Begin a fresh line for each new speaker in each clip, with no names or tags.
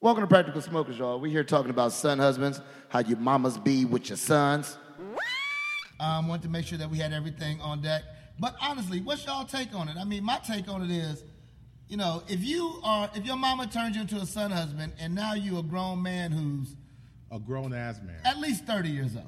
Welcome to Practical Smokers, y'all. We're here talking about son husbands, how you mamas be with your sons. Um, wanted to make sure that we had everything on deck. But honestly, what's y'all take on it? I mean, my take on it is, you know, if you are, if your mama turns you into a son husband, and now you a grown man who's
A grown ass man.
at least 30 years old.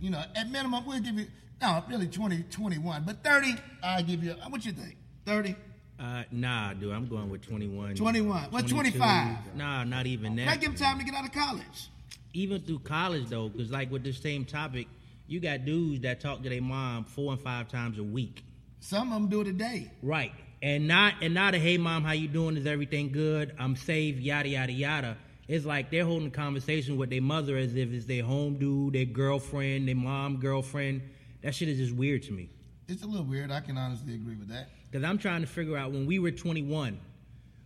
You know, at minimum, we'll give you, no, really 20, 21, but 30, I'll give you, what you think? 30?
Uh, nah, dude, I'm going with 21.
21. Well,
22.
25.
Nah, not even that.
That give him time to get out of college.
even through college though, because like with this same topic, you got dudes that talk to their mom four and five times a week,
Some of them do it a day.
right? And not and not a hey mom, how you doing? Is everything good? I'm safe. Yada yada yada. It's like they're holding a conversation with their mother as if it's their home dude, their girlfriend, their mom girlfriend. That shit is just weird to me.
It's a little weird. I can honestly agree with that.
Because I'm trying to figure out when we were 21,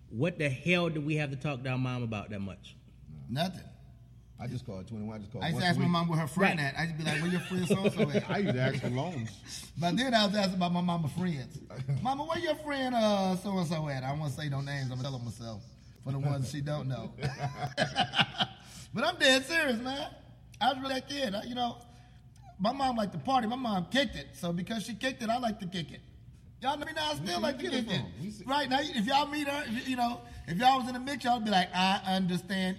what the hell did we have to talk to our mom about that much?
Nothing.
I just call it 21. I just call it
I used
once
to
a
ask my
week.
mom where her friend
Right.
at. I used to be like, where your friend so so
I
at?
used to ask for loans.
But then I was asking about my mama friends. Mama, where your friend uh so and so at? I won't say no names. I'm gonna tell them myself for the ones she don't know. but I'm dead serious, man. I was really that kid. I, you know, my mom liked to party. My mom kicked it. So because she kicked it, I like to kick it. Y'all know me now. I still like to
get it
kick it.
from? We see-
Right now, if y'all meet her, if, you know, if y'all was in the mix, y'all would be like, I understand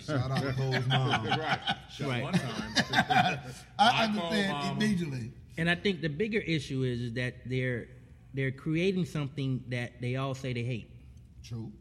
Shout out to Cole's mom.
Right.
Right.
One time.
I
I call
understand
mama.
immediately.
And I think the bigger issue is, is that they're they're creating something that they all say they hate.
True.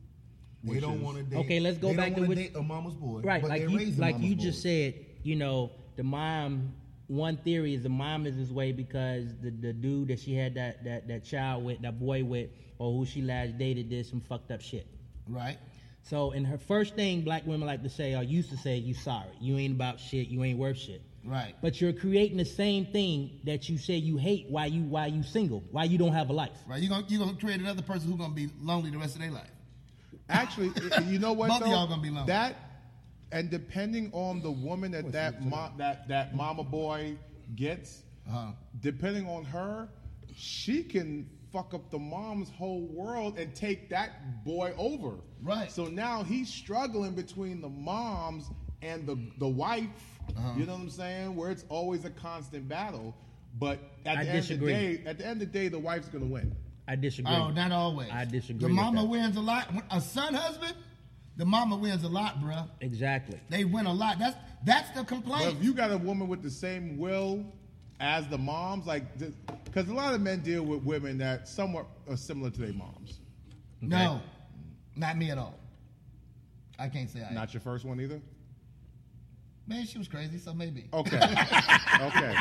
They don't want to date.
Okay, let's go
they don't
back to
wanna
what-
date a mama's boy.
Right,
but
like
they're
you,
raising
like
mama's
you
boys.
just said, you know, the mom. One theory is the mom is this way because the, the dude that she had that, that that child with, that boy with, or who she last dated did some fucked up shit.
Right.
So, and her first thing black women like to say or used to say, "You sorry, you ain't about shit, you ain't worth shit."
Right.
But you're creating the same thing that you say you hate. Why you why you single? Why you don't have a life?
Right. You're gonna you gonna create another person who's gonna be lonely the rest of their life.
Actually, i- you know what?
Both of
though?
y'all gonna be lonely.
That and depending on the woman that that mo- that that mama boy gets,
Uh-huh.
depending on her, she can fuck up the mom's whole world and take that boy over.
Right.
So now he's struggling between the moms and the the wife.
Uh-huh.
You know what I'm saying? Where it's always a constant battle. But at
I
the end
disagree.
of the day, at the end of the day, the wife's gonna win.
I disagree.
Oh, not always.
I disagree
The
with
mama
that.
wins a lot. When A son husband, the mama wins a lot, bruh.
Exactly.
They win a lot. That's that's the
But
complaint.
if you got a woman with the same will as the moms, like, because a lot of men deal with women that somewhat are similar to their moms.
No, not me at all. I can't say I.
Not your first one either.
Man, she was crazy, so maybe.
Okay. okay.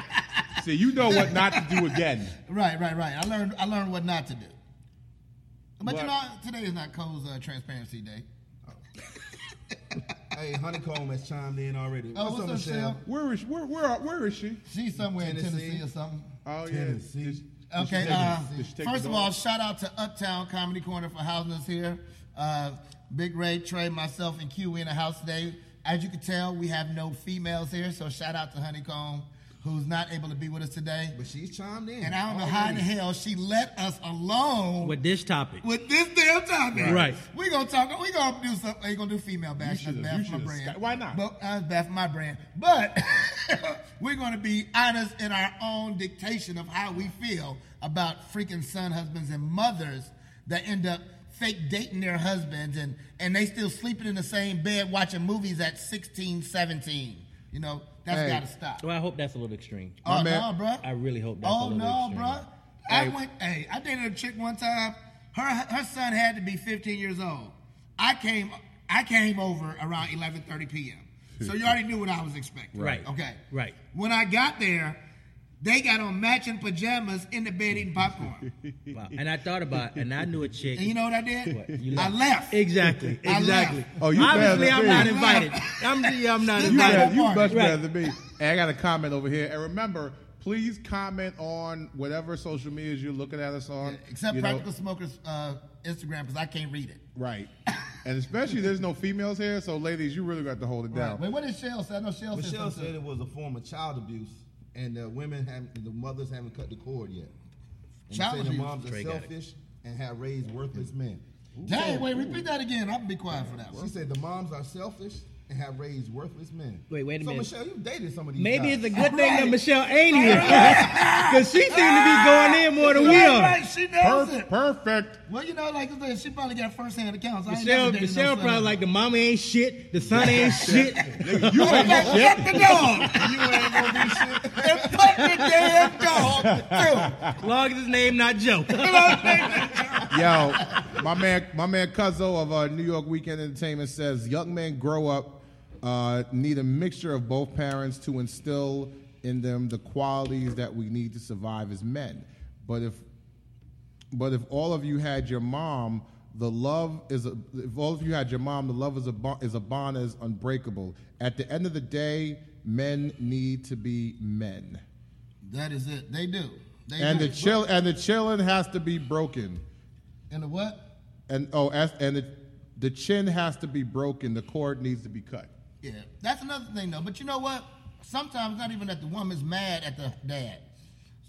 See, you know what not to do again.
Right, right, right. I learned I learned what not to do. But, you
But-
know, today is not Cole's uh, Transparency Day.
Hey, Honeycomb has chimed in already.
Oh, what's up, Shell?
Where is where where are- where is she?
She's somewhere in
Tennessee.
Tennessee or something.
Oh
Tennessee.
yeah. Did she- did she
Okay.
take
Uh,
the- did she take
first
the
of all,
dog?
shout out to Uptown Comedy Corner for housing us here. Uh, Big Ray, Trey, myself, and Q we in the house today. As you can tell, we have no females here, so shout out to Honeycomb, who's not able to be with us today.
But she's chimed in.
And I
Oh,
don't know how in the hell she let us alone with,
With this topic,
this damn topic.
Right.
We gonna talk. We gonna do something. Ain't gonna do female bashing.
should've-
That's bad
you
for my
should've
brand.
sky- why not?
But uh, it's bad for my brand. But we're gonna be honest in our own dictation of how we feel about freaking son husbands and mothers that end up fake dating their husbands and and they still sleeping in the same bed watching movies at 16, 17. You know that's
Hey.
gotta stop.
well, I hope that's a little extreme.
Oh
man-
no, bruh.
I really hope that's a
Oh
little
no,
extreme.
bruh. I went. Hey, I dated a chick one time. Her her son had to be 15 years old. I came I came over around 11:30 p.m. So you already knew what I was expecting.
Right.
Okay.
Right.
When I got there, they got on matching pajamas in the bed eating popcorn.
Wow. And I thought about, and I knew a chick.
and you know what I did?
What, you
I
left.
left.
Exactly.
I laugh.
Exactly.
Oh, you
obviously
better
I'm
be.
not invited. I'm yeah, I'm not
You
You
invited.
better- you
Right.
much better
Right.
than me. And I got a comment over here. And remember, please comment on whatever social medias you're looking at us on.
Except
you know-
Practical Smokers uh, Instagram because I can't read it.
Right. and especially there's no females here, so ladies, you really got to hold it down.
Wait, what did Shell say? I know Shell said
Michelle
something.
said it was a form of child abuse, and the women haven't, the mothers haven't cut the cord yet. And they
Child
say the
abuse.
moms are
Trey got it.
selfish and have raised worthless men.
Dang, wait, repeat that again. I'll be quiet for that
She
one.
said the moms are selfish and have raised worthless men.
Wait, wait a
so
minute.
Michelle, you dated some of these.
Maybe
guys.
it's a good thing that Michelle ain't here because she seemed to be going in more than we
Right,
are.
right, she knows it.
perfect.
Well, you know, like I said, she probably got first hand accounts. I ain't
Michelle,
never dated no
Michelle
son.
probably like the mama ain't shit, the son ain't shit.
You ain't gonna shut the dog.
you ain't gonna be shit.
And put the damn dog too.
Long as his name not Joe.
You know what I'm saying?
Yo, my man, my man Cuzzo of uh, New York Weekend Entertainment says young men grow up uh, need a mixture of both parents to instill in them the qualities that we need to survive as men. But if but if all of you had your mom, the love is a, if all of you had your mom, the love is a bond, is a bond that is unbreakable. At the end of the day, men need to be men,
That is it. They do. They
and
do.
the chill and the chilling has to be broken.
And the what?
And oh, as, and the, the chin has to be broken. The cord needs to be cut.
Yeah, that's another thing though. But you know what? Sometimes not even that the woman's mad at the dad.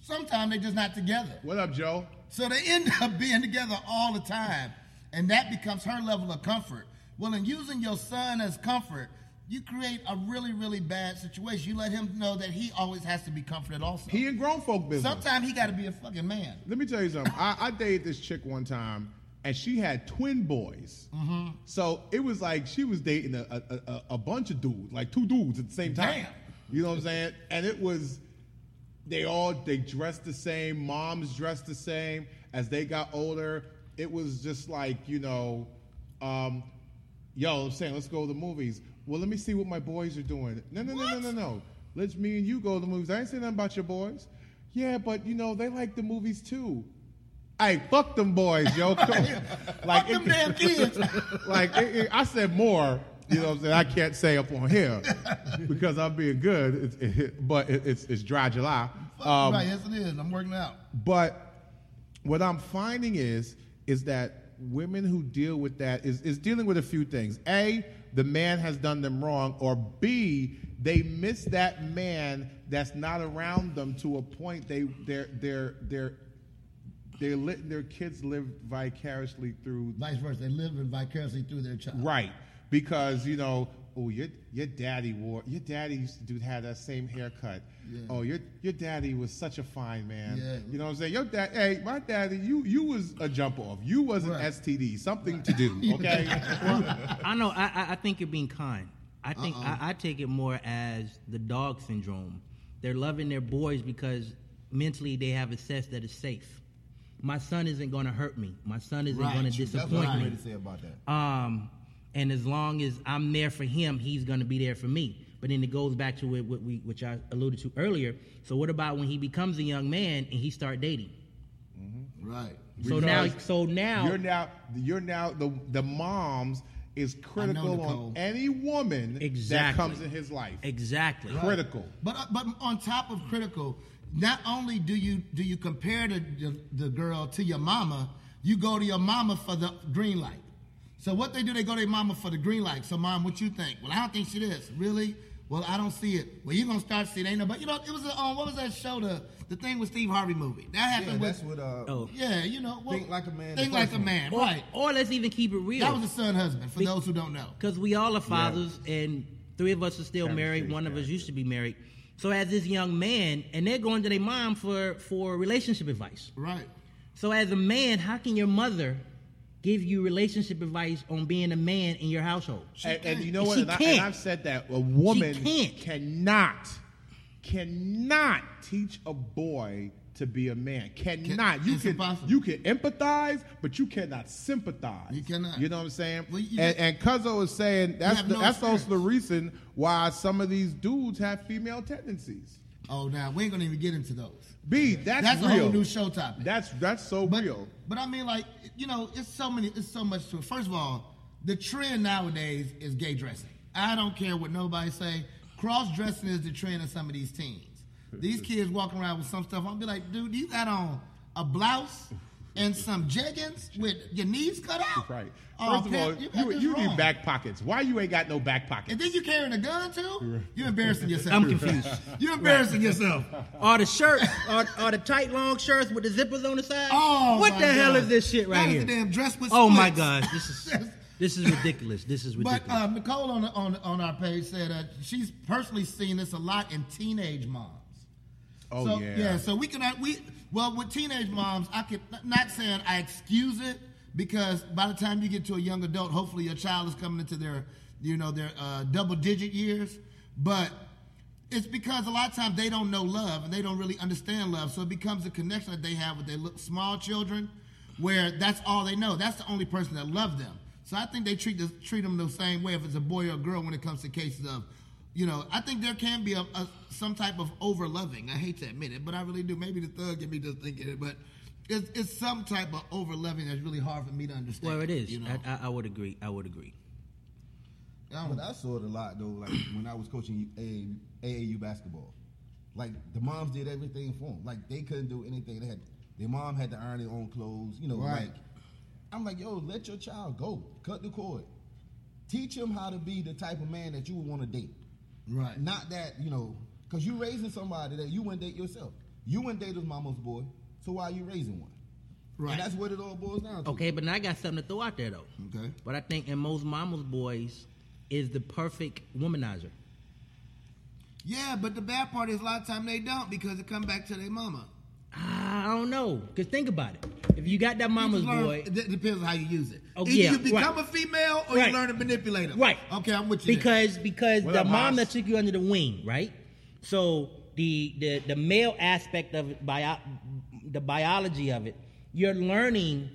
Sometimes they're just not together.
What up, Joe?
So they end up being together all the time, and that becomes her level of comfort. Well, in using your son as comfort, you create a really, really bad situation. You let him know that he always has to be comforted also.
He in grown folk business.
Sometimes he got to be a fucking man.
Let me tell you something. I, I dated this chick one time, and she had twin boys.
Mm-hmm.
So it was like she was dating a, a, a, a bunch of dudes, like two dudes at the same time.
Damn.
You know what I'm saying? And it was, they all they dressed the same. Moms dressed the same. As they got older, it was just like you know, um, yo, I'm saying let's go to the movies. Well, let me see what my boys are doing. No, no, no, no, no, no. Let's me and you go to the movies. I ain't say nothing about your boys. Yeah, but you know they like the movies too. Hey, fuck them boys, yo. Come on.
Fuck them damn kids.
like it, it- I said more. You know what I'm saying? I can't say up on here because I'm being good, It's- it- but it, it's it's dry July. Um,
right, yes it is. I'm working out.
But what I'm finding is is that women who deal with that is is dealing with a few things. A, the man has done them wrong, or B, they miss that man that's not around them to a point they they're they're they're they're letting their kids live vicariously through
Vice versa, they live in vicariously through their child.
Right. Because, you know, oh, your your daddy wore your daddy used to do have that same haircut. Oh, your your daddy was such a fine man.
Yeah.
You know what I'm saying? Your dad hey, my daddy, you you was a jump off. You was an
Right.
STD, something to do. Okay.
I know. I, I, I think you're being kind. I think I, I take it more as the dog syndrome. They're loving their boys because mentally they have a sense that it's safe. My son isn't going to hurt me. My son isn't
Right,
going to
that's
That's what
disappoint
I'm
me.
ready to say about that.
Um, and as long as I'm there for him, he's going to be there for me. But then it goes back to what, what we, which I alluded to earlier. So what about when he becomes a young man and he start dating?
Right.
So now, so now,
you're now you're now the the moms is critical
Nicole.
on any woman that
Exactly.
comes in his life.
exactly.
Critical.
But uh, but on top of critical, not only do you do you compare the, the the girl to your mama, you go to your mama for the green light. So what they do, they go to their mama for the green light. So mom, what you think? Well, I don't think she is really. Well, I don't see it. Well, you're gonna start seeing ain't nobody. You know, it was a, um, what was that show? The the thing with Steve Harvey movie that
Yeah,
happened
that's
with.
what. Uh,
Oh.
Yeah, you know. well,
Think Like a Man, the
Think like
first
a
one.
man. Right.
Or let's even keep it real.
That was a son husband. For those who don't know.
because we all are fathers, and three of us are still married. One of us used to be married. So as this young man, and they're going to their mom for for relationship advice.
Right.
So as a man, how can your mother give you relationship advice on being a man in your household?
and, and you know what?
She
And, I,
can't.
and I've said that a woman
can't.
cannot, cannot teach a boy to be a man. Cannot. you
it's
can
impossible.
you can empathize, but you cannot sympathize.
You cannot.
You know what I'm saying?
Well, you
and,
just-
and Cuzzo is saying that's
have
the,
no
that's also the
experience.
reason why some of these dudes have female tendencies.
Oh, now we ain't gonna even get into those.
B, that's,
That's
real.
a whole new show topic.
That's that's so
But,
real.
but I mean, like you know, it's so many, it's so much to it. First of all, the trend nowadays is gay dressing. I don't care what nobody say. Cross dressing is the trend of some of these teens. These kids walking around with some stuff. I'll be like, dude, you got on a blouse and some jeggings with your knees cut out.
Right.
Oh,
First of
Pep,
all,
you, got
you,
this
you
wrong.
need back pockets. Why you ain't got no back
And
pockets?
then you carrying a gun too? You're embarrassing yourself.
I'm confused.
You're embarrassing yourself.
Are the shirts, are, are the tight long shirts with the zippers on the side?
Oh,
what
my
the hell
God.
is this shit right
That
here?
is a damn dress with
oh my
splits.
gosh, this is this is ridiculous. This is ridiculous.
But um, Nicole on on on our page said uh, she's personally seen this a lot in teenage moms.
Oh,
so,
yeah.
So we can uh, we well with teenage moms, I could not saying I excuse it because by the time you get to a young adult, hopefully your child is coming into their you know their uh, double digit years, but. It's because a lot of times they don't know love and they don't really understand love, so it becomes a connection that they have with their little, small children, where that's all they know. That's the only person that loved them. So I think they treat the, treat them the same way if it's a boy or a girl when it comes to cases of, you know, I think there can be a, a some type of over loving. I hate to admit it, but I really do. Maybe the thug in me just thinking it, but it's, it's some type of over loving that's really hard for me to understand.
well, it is.
You know,
I, I, I would agree. I would agree.
I, don't- I saw it a lot though. Like when I was coaching AA, AAU basketball, like the moms did everything for them. Like they couldn't do anything. They had their mom had to iron their own clothes. You know,
Right.
like I'm like, yo, let your child go. Cut the cord. Teach him how to be the type of man that you would want to date.
right?
Not that you know, because you raising somebody that you wouldn't date yourself. You wouldn't date his mama's boy. So why are you raising one?
Right.
And that's what it all boils down to.
Okay, but now I got something to throw out there though.
Okay.
But I think in most mama's boys is the perfect womanizer.
Yeah, but the bad part is a lot of time they don't because it come back to their mama.
I don't know. Cause think about it. If you got that mama's
You learn-
boy,
It de- depends on how you use it.
Oh,
Either
yeah,
you become
right.
a female or
Right.
you learn to manipulate them.
Right.
Okay, I'm with you. there.
because because
What
the
up,
mom
Hoss?
that took you under the wing, right? So the the the male aspect of it, bio, the biology of it, you're learning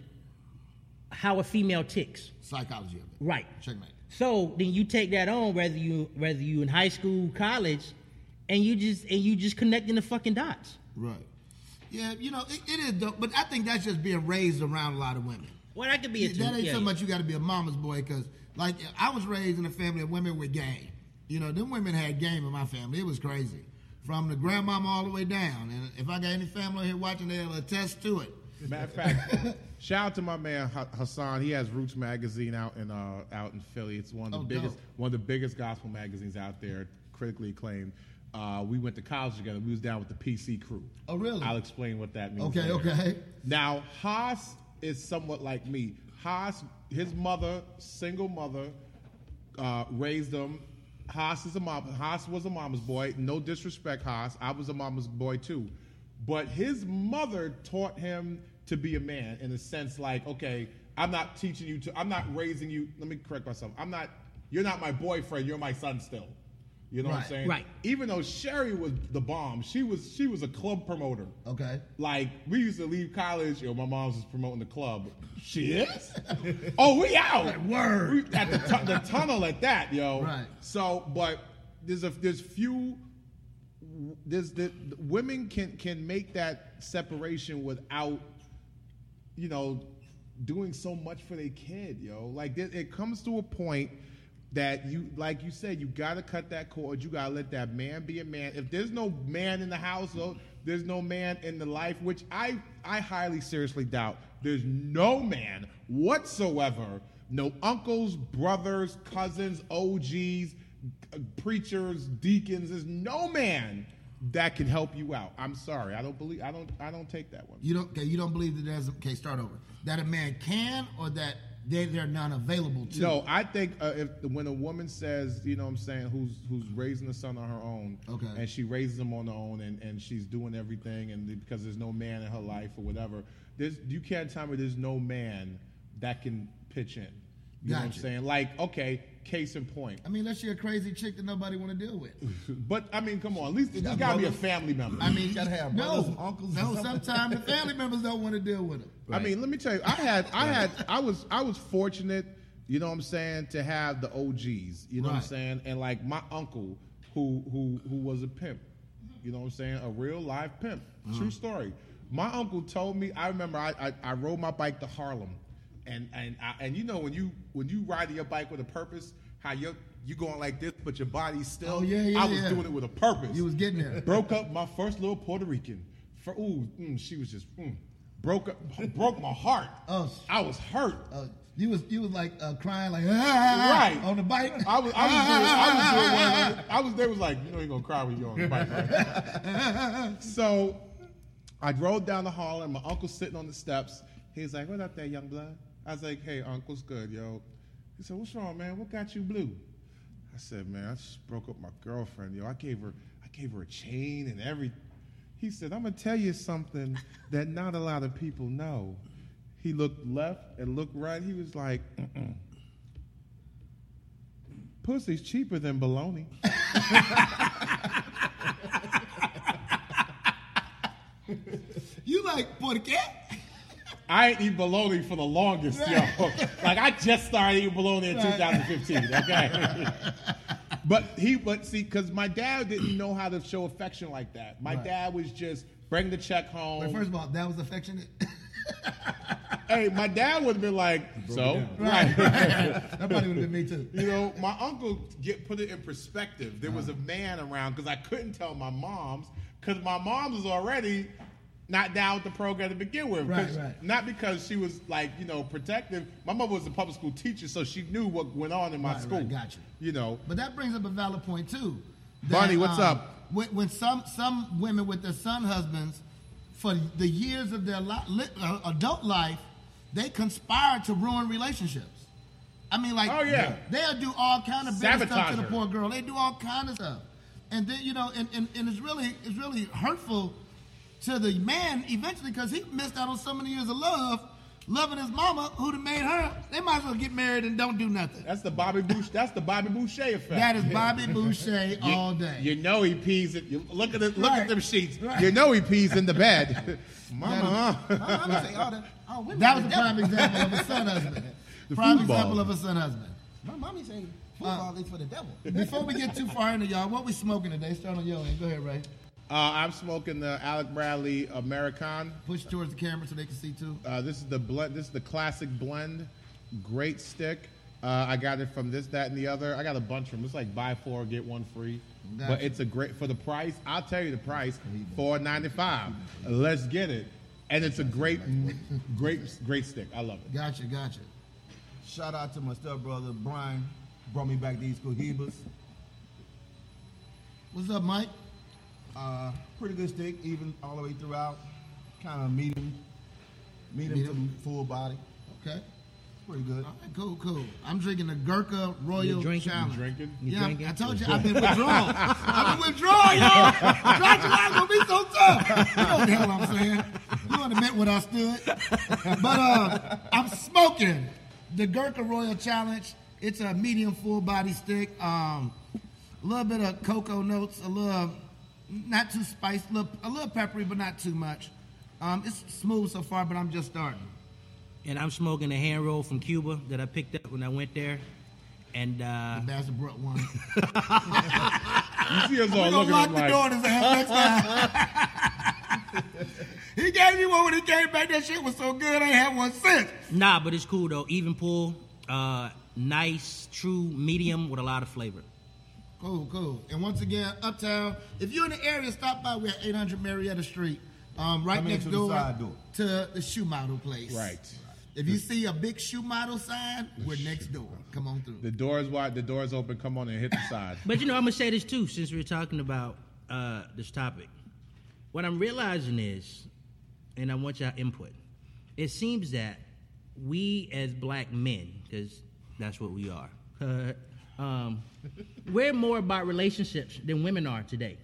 how a female ticks,
psychology of it.
right?
Checkmate.
So then you take that on, whether you whether you in high school, college, and you just and you just connecting the fucking dots.
Right. Yeah, you know, it, it is dope, but I think that's just being raised around a lot of women.
Well, that could be it.
Yeah, that
too.
ain't
Yeah,
so
yeah.
much you got to be a mama's boy because, like, I was raised in a family of women with game. You know, them women had game in my family. It was crazy. From the grandmama all the way down. And if I got any family here watching, they'll attest to it.
Matter of fact, shout out to my man Ha- Hassan. He has Roots Magazine out in uh, out in Philly. It's one of the
Oh,
biggest
dope.
one of the biggest gospel magazines out there, critically acclaimed. Uh, we went to college together. We was down with the PC crew.
Oh, really?
I'll explain what that means.
Okay,
later.
okay.
Now Haas is somewhat like me. Haas, his mother, single mother, uh, raised him. Haas is a mom. Haas was a mama's boy. No disrespect, Haas. I was a mama's boy too, but his mother taught him to be a man in a sense like, okay, I'm not teaching you to. I'm not raising you. Let me correct myself. I'm not. You're not my boyfriend. You're my son still. You know what I'm
Right,
saying?
right.
Even though Sherry was the bomb, she was she was a club promoter.
Okay.
Like we used to leave college, you know, my mom's was promoting the club. She is. oh, we out. Word. at the, tu- the tunnel at that, yo.
Right.
So, but there's a there's few. There's the women can can make that separation without, you know, doing so much for their kid, yo. Like it, it comes to a point that you like you said you gotta cut that cord you gotta let that man be a man if there's no man in the household there's no man in the life which i i highly seriously doubt there's no man whatsoever no uncles brothers cousins og's g- preachers deacons there's no man that can help you out i'm sorry i don't believe i don't i don't take that one
You don't. Okay, you don't believe that there's. Okay, start over. That a man can, or that they they're not available to.
No, I think uh, if when a woman says, you know, what I'm saying, who's who's raising a son on her own,
Okay.
and she raises him on her own, and, and she's doing everything, and the- because there's no man in her life or whatever, there's you can't tell me there's no man that can pitch in. You know what I'm
Gotcha.
saying? Like, okay, case in point.
I mean, unless you're a crazy chick that nobody want to deal with.
But I mean, come on, at least there's got to be a family member.
I mean,
You gotta have
no,
brothers and uncles
No,
or something.
sometimes the family members don't want to deal with them.
I mean, let me tell you, I had, I had, I was, I was fortunate, you know what I'm saying, to have the OGs, you know what I'm
Right.
saying, and like my uncle, who, who, who was a pimp, you know what I'm saying, a real live pimp,
Uh-huh.
true story. My uncle told me, I remember, I, I, I rode my bike to Harlem, and and I, and you know when you when you riding your bike with a purpose, how you you going like this, but your body's still.
Oh, yeah, yeah,
I was
yeah.
doing it with a purpose.
You was getting there.
Broke up my first little Puerto Rican. For, ooh, mm, she was just mm. broke broke my heart.
Oh,
I was hurt.
Uh, you was you was like uh, crying like ah,
Right.
on the bike. Ah,
I was I was doing, I was doing one. I was there was like you know you gonna cry when you're on the bike. Right?
ah.
so I drove down to Harlem. My uncle's sitting on the steps. He's like, "What up there, young blood?" I was like, "Hey, uncle's good, yo." He said, "What's wrong, man? What got you blue?" I said, "Man, I just broke up my girlfriend, yo. I gave her I gave her a chain and every." He said, "I'm gonna tell you something that not a lot of people know." He looked left and looked right. He was like, Mm-mm. Pussy's cheaper than bologna.
you like por qué?
I ain't eat bologna for the longest, yo. Like I just started eating bologna in
Right.
2015. Okay. but he, but see, because my dad didn't know how to show affection like that. My
Right.
dad was just bring the check home.
But first of all, that was affectionate.
hey, my dad would have been like, so
down.
right.
that probably would have been me too.
You know, my uncle get put it in perspective. There
Uh-huh.
was a man around because I couldn't tell my mom's because my mom's was already not down with the program to begin with. 'Cause-
Right, right.
Not because she was like you know protective. My mother was a public school teacher, so she knew what went on in my
Right, right,
school.
got
you. know,
But that brings up a valid point too. um,
Bonnie, what's up?
When, when some some women with their son husbands, for the years of their li- li- uh, adult life, they conspire to ruin relationships. I mean, like,
Oh, yeah.
they'll do all kind of bad stuff
Sabotage
to the
her.
poor girl. They do all kind of stuff, and then you know, and, and, and it's really it's really hurtful to the man eventually because he missed out on so many years of love, loving his mama who'd have made her. They might as well get married and don't do nothing.
that's the Bobby Boucher. That's the Bobby Boucher effect.
That is Bobby Boucher
You-
all day.
You know he pees it. You look at it. Look
Right.
at them sheets.
Right.
You know he pees in the bed. Mama.
I'm gonna say all Oh, the all women.
That was
the
the
devil.
prime example of a son husband.
The
prime
football.
example of a son husband. Uh,
My mommy say football is for the devil.
Before we get too far into y'all, what we smoking today? Start on your end. Go ahead, Ray.
Uh, I'm smoking the Alec Bradley American.
Push towards the camera so they can see too.
Uh, this is the blend. This is the classic blend. Great stick. Uh, I got it from this, that, and the other. I got a bunch from. It's like buy four get one free. But
Gotcha.
it's a great for the price. I'll tell you the price. Four ninety five. Let's get it. And it's a great, great, great stick. I love it.
Gotcha, gotcha.
Shout out to my step brother Brian, brought me back these cohibas.
What's up, Mike?
Uh, pretty good steak, even all the way throughout. Kind of medium, medium,
Medium.
to full body.
Okay.
Pretty good.
All right, cool, cool. I'm drinking the Gurkha Royal
You drinking? You
Challenge.
drinking?
You
yeah, I'm-
drinking?
I told you I've been withdrawing. I've been withdrawing, y'all. Dry July's gonna be so tough. You know what the hell I'm saying? You don't admit what I stood. But uh, I'm smoking the Gurkha Royal Challenge. It's a medium full body stick. Um, a little bit of cocoa notes, a little not too spiced, little, a little peppery, but not too much. Um, it's smooth so far, but I'm just starting.
And I'm smoking a hand roll from Cuba that I picked up when I went there. And uh,
That's a brought one.
You see us all
We're gonna
looking
lock
at
the
him
door
like.
in his ass next time. he gave me one when he came back. That shit was so good, I ain't had one since.
nah, but it's cool though. Even pull, uh, nice, true, medium with a lot of flavor.
Cool, cool. And once again, Uptown, if you're in the area, stop by. We're at 800 Marietta Street, um, right
Come in
next
to the
door,
side door.
to the shoe model place.
Right.
If you see a big shoe model sign, we're next door. Come on through.
The door's wide. The door's open. Come on and hit the side.
But you know, I'm gonna say this too, since we're talking about uh, this topic. What I'm realizing is, and I want your input. It seems that we as black men, because that's what we are, um, we're more about relationships than women are today.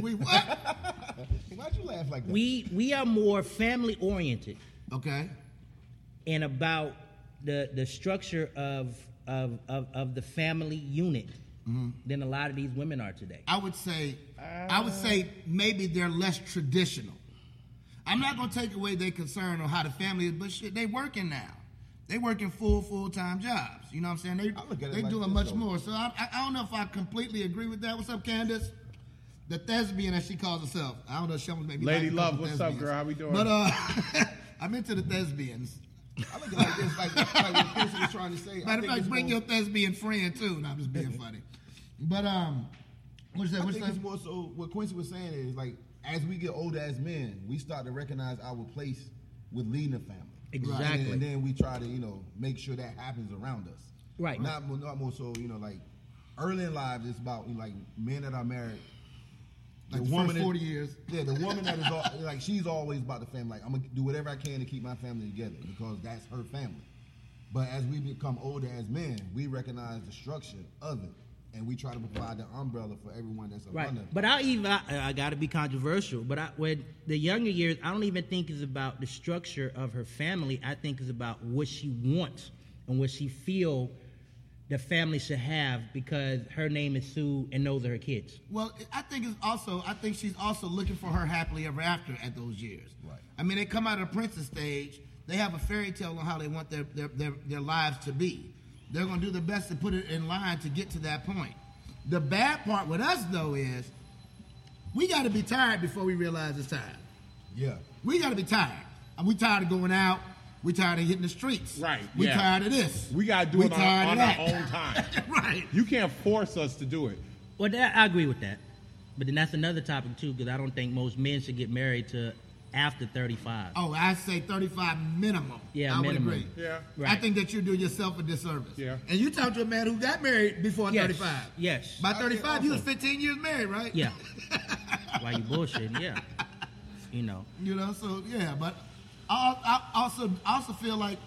We what?
Why'd you laugh like that?
We we are more family oriented
okay.
and about the the structure of of of, of the family unit
Mm-hmm.
than a lot of these women are today.
I would say, I would say maybe they're less traditional. I'm not gonna take away their concern on how the family is, but shit, they working now. They working full full time jobs. You know what I'm saying?
I
They
look at it
they
like
doing
this,
much
though.
more. So I, I, I don't know if I completely agree with that. What's up, Candace? The thespian as she calls herself. I don't know. if She almost made me.
Lady
like a
Love,
couple
what's up,
thespians.
girl? How we doing?
But uh, I'm into the thespians.
I look at it like this, like, like what Pearson was trying to say. I
Matter of
think
fact,
it's
bring
more-
your thespian friend too. No, I'm just being funny. But um, what's that?
I
What's
think
that?
it's more so what Quincy was saying is like
as we get older as men, we start to recognize our place with leading the family.
Exactly.
And, then we try to, you know, make sure that happens around us.
Right.
Not more, not more so, you know, like early in lives, it's about you know, like men that are married.
Like the first
that-
40 years.
Yeah, the woman that is all, like she's always about the family. Like I'm gonna do whatever I can to keep my family together because that's her family. But as we become older as men, we recognize the structure of it, and we try to provide the umbrella for everyone that's around
Right.
them.
But I even I, I got to be controversial. But I, when the younger years, I don't even think is about the structure of her family. I think is about what she wants and what she feel the family should have because her name is Sue and those are her kids.
Well, I think it's also I think she's also looking for her happily ever after at those years.
Right.
I mean, they come out of the princess stage. They have a fairy tale on how they want their their, their, their lives to be. They're going to do their best to put it in line to get to that point. The bad part with us though is we got to be tired before we realize it's time.
yeah,
We got to be tired. And we tired of going out. We tired of hitting the streets.
Right,
We
yeah.
tired of this.
We gotta do
We
it on,
tired of
our- on
that.
our own time.
right.
You can't force us to do it.
Well, that, I agree with that. But then that's another topic too because I don't think most men should get married to after thirty five.
Oh, I say 35 minimum.
Yeah,
I
minimum.
would agree.
Yeah.
I
Right.
think that you do yourself a disservice.
Yeah.
And you talk to a man who got married before
Yes.
35.
Yes.
By 35, you was 15 years married, right?
Yeah. Why you bullshitting? Yeah. You know.
You know, so yeah, but I, I also I also feel like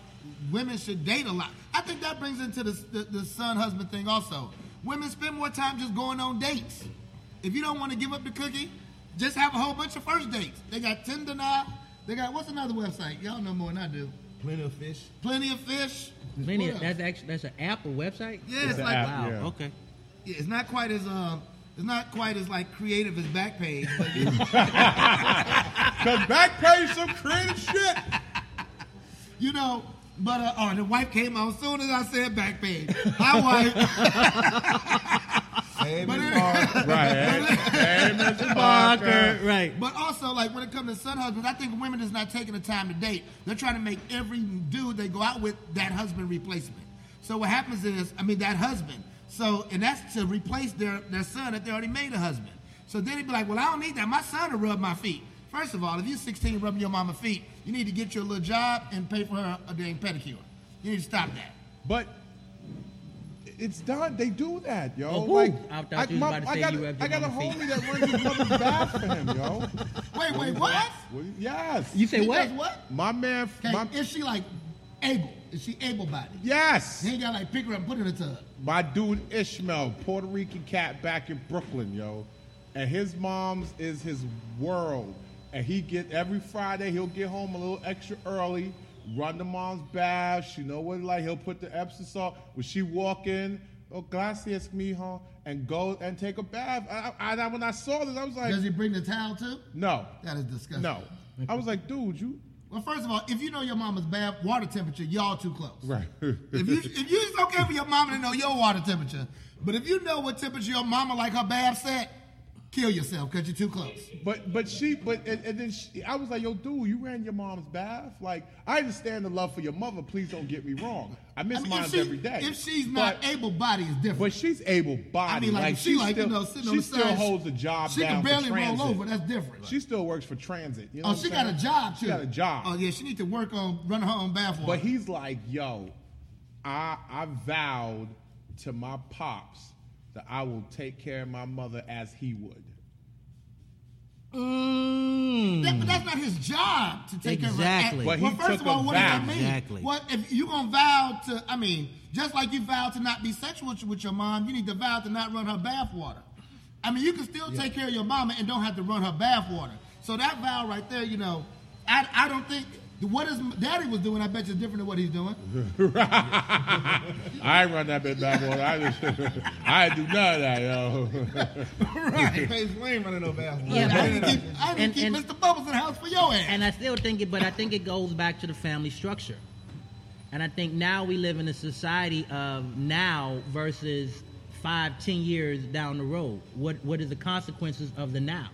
women should date a lot. I think that brings into the the, the son husband thing also. Women spend more time just going on dates. If you don't want to give up the cookie, just have a whole bunch of first dates. They got Tinder now. They got what's another website? Y'all know more than I do.
plenty of fish.
Plenty of fish.
Many,
What else?
that's actually that's an app or website.
Yeah, it's
an
like-
app,
wow.
yeah.
Okay.
Yeah, it's not quite as um, it's not quite as like creative as Backpage, but you know,
Cause back pay some creative shit.
you know. But uh, oh, the wife came on as soon as I said Backpage. My wife,
Hey,
But
Miss
it-
Barb.
Right. hey, Mr. Barker.
Right.
but also like when it comes to son husbands, I think women is not taking the time to date. They're trying to make every dude they go out with that husband replacement. So what happens is, I mean, that husband. So and that's to replace their their son that they already made a husband. So then he'd be like, well, I don't need that. My son to rub my feet. First of all, if you're 16 rubbing your mama feet, you need to get you a little job and pay for her a dang pedicure. You need to stop that.
But it's done. They do that, yo.
Oh, who?
like,
I thought you was about to say
got,
you
a-
rubbed
I
your
got a
mama's
homie
feet.
that runs his mother's bath for him, yo.
Wait, wait, what?
Well, Yes.
You say
He
what?
does what?
my man,
Okay,
my,
is she like able? Is she able-bodied?
yes,
He ain't got like pick her up and put her in a tub.
my dude Ishmael, Puerto Rican cat back in Brooklyn, yo, and his mom's is his world. And he get every Friday, he'll get home a little extra early, run the mom's bath. She know what it like. He'll put the Epsom salt when she walk in. Oh, gracias, mijo, and go and take a bath. And I, I, when I saw this, I was like,
Does he bring the towel too?
no,
That is disgusting.
no. I was like, dude, you
Well, first of all, if you know your mama's bath water temperature, y'all too close.
right.
If you if you it's okay for your mama to know your water temperature, but if you know what temperature your mama like her bath set, kill yourself because you're too close.
But but she but and, and then she, I was like, yo, dude, you ran your mom's bath. Like I understand the love for your mother. Please don't get me wrong. I miss
I mean,
mine
if, she-
every day.
if she's not
but,
able bodied, it's different.
but she's able bodied.
I mean, like, if she, like
still,
you know sitting
she
on the
still
side,
holds a job.
She can
down for
barely roll
transit.
over. That's different.
She still works for transit. You know
oh,
what
she
I'm
got a
saying?
job too.
She got a job.
Oh yeah, she need to work on running her own bath water.
But he's like, yo, I I vowed to my pops that I will take care of my mother as he would.
Mm.
That- but that's not his job to take care
Exactly.
But
of
he
her. Well, first
took
of all,
a
what does that
vow.
mean?
Exactly.
Well, if you gonna vow to, I mean, just like you vowed to not be sexual with- with your mom, you need to vow to not run her bath water. I mean, you can still take care of your mama and don't have to run her bath water. So that vow right there, you know, I, I don't think what his daddy was doing. I bet you is different than what he's doing.
I ain't run that bit back on. I just I ain't do none of that, yo.
right.
Paige Lane running no bath.
Yeah,
I
but-
didn't keep, I didn't
And-
keep
and-
Mr. Bubbles in the house for your ass.
And I still think it, but I think it goes back to the family structure. And I think now we live in a society of now versus five, ten years down the road. What what is the consequences of the now?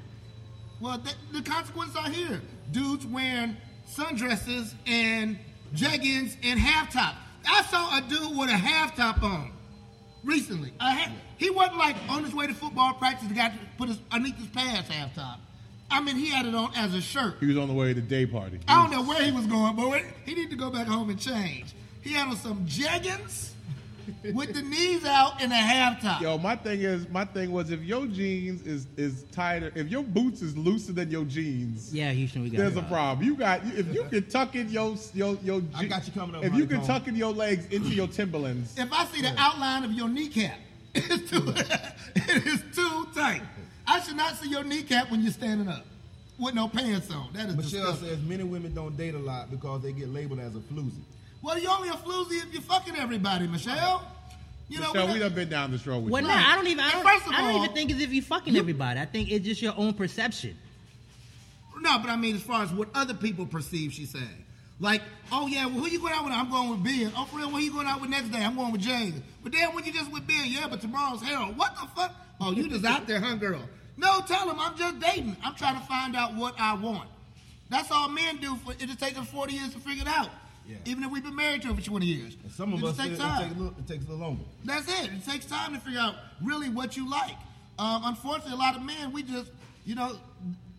Well, th- the consequences are here. Dudes wearing sundresses and jeggings and half tops. I saw a dude with a half top on recently. A ha- He wasn't like on his way to football practice. The guy put his underneath his pants half top. I mean, he had it on as a shirt.
He was on the way to day party.
Oh.
I don't know where he was going, but wait, he needed to go back home and change. He had on some jeggings with the knees out and a half top.
Yo, my thing is, my thing was if your jeans is is tighter, if your boots is looser than your jeans,
Yeah, Houston, we got
there's
it.
a problem. You got if you can tuck in your your your.
I
je-
got you coming up,
If you
Ronnie
can
Coleman.
tuck in your legs into your Timberlands,
If I see the outline of your kneecap, it's too, it is too tight. I should not see your kneecap when you're standing up with no pants on. That is
Michelle
disgusting.
says men and women don't date a lot because they get labeled as a floozy.
Well, you're only a floozy if you're fucking everybody, Michelle. You know,
Michelle,
we
we
don't-
done been down this road with
Well,
you.
no, I don't even. I
And
don't,
first of
I don't
all,
even think it's if you fucking everybody. I think it's just your own perception.
No, but I mean, as far as what other people perceive, she's saying. Like, oh yeah, well, who you going out with? I'm going with Ben. Oh, for real, who you going out with next day? I'm going with James. But then when you just with Ben, yeah, but tomorrow's Harold. What the fuck? Oh, you just out there, huh, girl? No, tell him I'm just dating. I'm trying to find out what I want. That's all men do. For it just takes us 40 years to figure it out.
Yeah.
Even if we've been married to him for 20 years,
And some of
it
us
just
it,
takes
it,
time.
take a little, it takes a little longer.
That's it. It takes time to figure out really what you like. Um, unfortunately, a lot of men, we just, you know,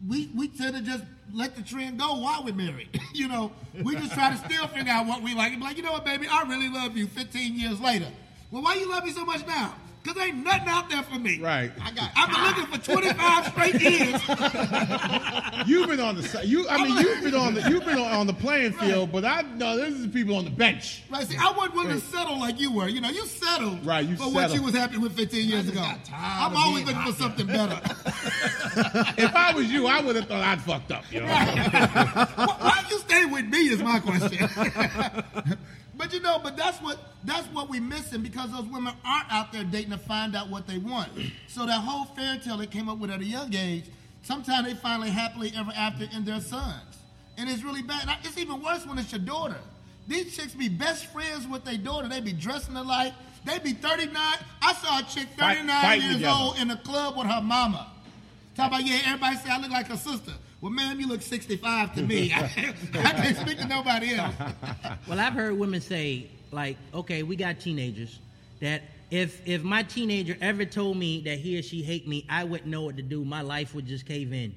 we we tend to just let the trend go while we're married. you know, we just try to still figure out what we like. And be like, you know what, baby, I really love you 15 years later. Well, why you love me so much now? Because ain't nothing out there for me.
Right.
I got, I've been looking for 25 straight years.
You've been on the si- you. I mean, you've been on the you've been on, on the playing field, but I know this is people on the bench.
Right. See, I wasn't willing to settle like you were. You know, you settled
Right, you
for what
settled.
you was happy with 15 years ago. I'm always looking for something better.
If I was you, I would have thought I'd fucked up. You know?
why, why you stay with me is my question. but you know, but that's what that's what we missing because those women aren't out there dating to find out what they want. So that whole fairy tale they came up with at a young age, sometimes they finally happily ever after in their sons, and it's really bad. Now, It's even worse when it's your daughter. These chicks be best friends with their daughter. They be dressing alike. They be 39. I saw a chick 39
Fight- fight
years
together.
old in a club with her mama. Talk about yeah, everybody say I look like her sister. Well, ma'am, you look 65 to me. I, can't speak to nobody else.
Well, I've heard women say like, okay, we got teenagers that if if my teenager ever told me that he or she hate me, I wouldn't know what to do. My life would just cave in.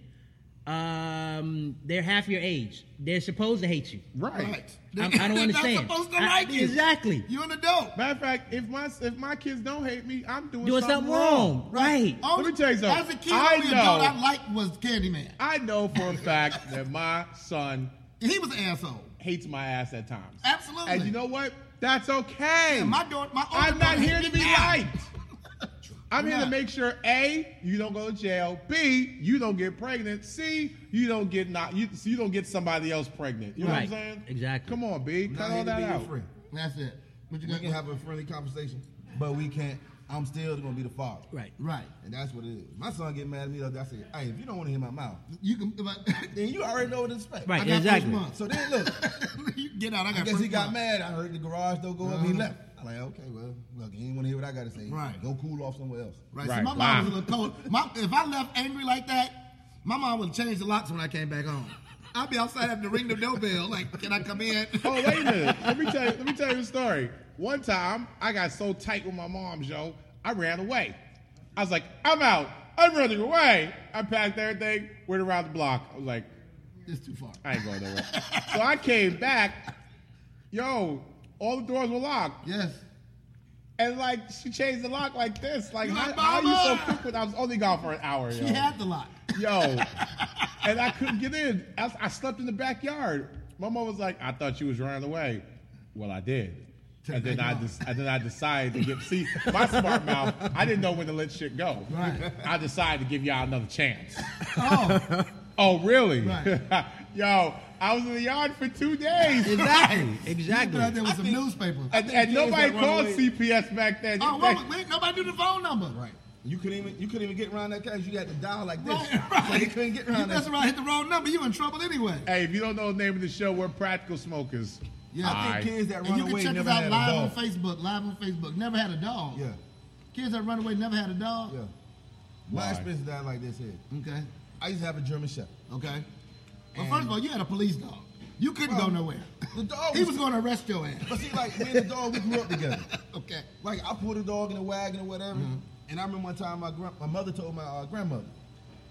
Um, they're half your age. They're supposed to hate you.
right.
I, I don't
They're
understand.
Not supposed to
I-
like you.
Exactly.
You're an adult.
Matter of fact, if my if my kids don't hate me, I'm doing,
Doing something wrong. Right.
Only-
me tell you something.
As a kid,
I
only
know.
adult I liked was Candyman.
I know for a fact that my son
He was an asshole.
hates my ass at times.
Absolutely.
And you know what? That's okay.
And my daughter, my older
I'm not
daughter hate
here to
me
be
now.
liked. I'm here to make sure A, you don't go to jail. B, you don't get pregnant. C, you don't get not you, you don't get somebody else pregnant. You know
Right.
what I'm saying?
Exactly.
Come on, B.
Not
Cut
here
all
to
that
be your
out.
friend.
That's it. What you
We
got?
can have a friendly conversation, but we can't. I'm still gonna be the father.
Right.
right.
And that's what it is. My son get mad at me the other day. I said, "Hey, if you don't want to hear my mouth,
You can. But,
then you already know what to expect."
Right.
I got
Exactly.
first month.
So then, look,
You Get out. I got
I guess
first
he got
month.
mad. I heard the garage door go up. He
Uh-huh.
left. I'm like, okay, well, look, he didn't want to hear what I got to say.
Right.
Go cool off somewhere else.
Right.
Right.
So my mom
Wow.
was a little cold. My, if I left angry like that, my mom would change the locks when I came back home. I'd be outside having to ring the doorbell, like, can I come in?
Oh, wait a minute. Let me tell you, let me tell you a story. One time I got so tight with my mom's yo, I ran away. I was like, I'm out. I'm running away. I packed everything, went around the block. I was like,
It's too far.
I ain't going nowhere. so I came back. Yo, all the doors were locked.
Yes.
And like she changed the lock like this. Like
You're
how,
like,
how you so
"Mama!"
quick when I was only gone for an hour, yo.
She had the lock.
Yo. and I couldn't get in. I, I slept in the backyard. My mom was like, I thought you was running away. Well, I did. And then I just, and then I decided to give. See, my smart mouth, I didn't know when to let shit go.
Right.
I decided to give y'all another chance.
Oh,
Oh, really?
Right.
Yo, I was in the yard for two days.
Exactly.
but out there
Exactly.
was some newspaper.
And, and
kids
nobody
that run
called
away-
CPS back then.
Oh,
They-
wait, wait, nobody knew the phone number. Right.
You couldn't even you couldn't even get around that case. You had to dial like this.
Right.
Like, you couldn't get
You
around
mess
that.
around, hit the wrong number, you in trouble anyway.
hey, if you don't know the name of the show, we're Practical Smokers.
Yeah, I
Aye.
think kids that
And
run
you can
away
check us
never
out
had
live on
a dog.
Facebook. Live on Facebook. Never had a dog.
Yeah,
Kids that run away never had a dog.
yeah. My
Why?
experience died like this here.
Okay.
I used to have a German Shepherd.
Okay. Well,
And-
first of all, you had a police dog. You couldn't
Well,
go nowhere.
The dog
He was going to arrest your
But
ass.
see, like me and the dog, we grew up together.
Okay.
Like I pulled a dog in a wagon or whatever. And I remember one time my grand, my mother told my uh, grandmother,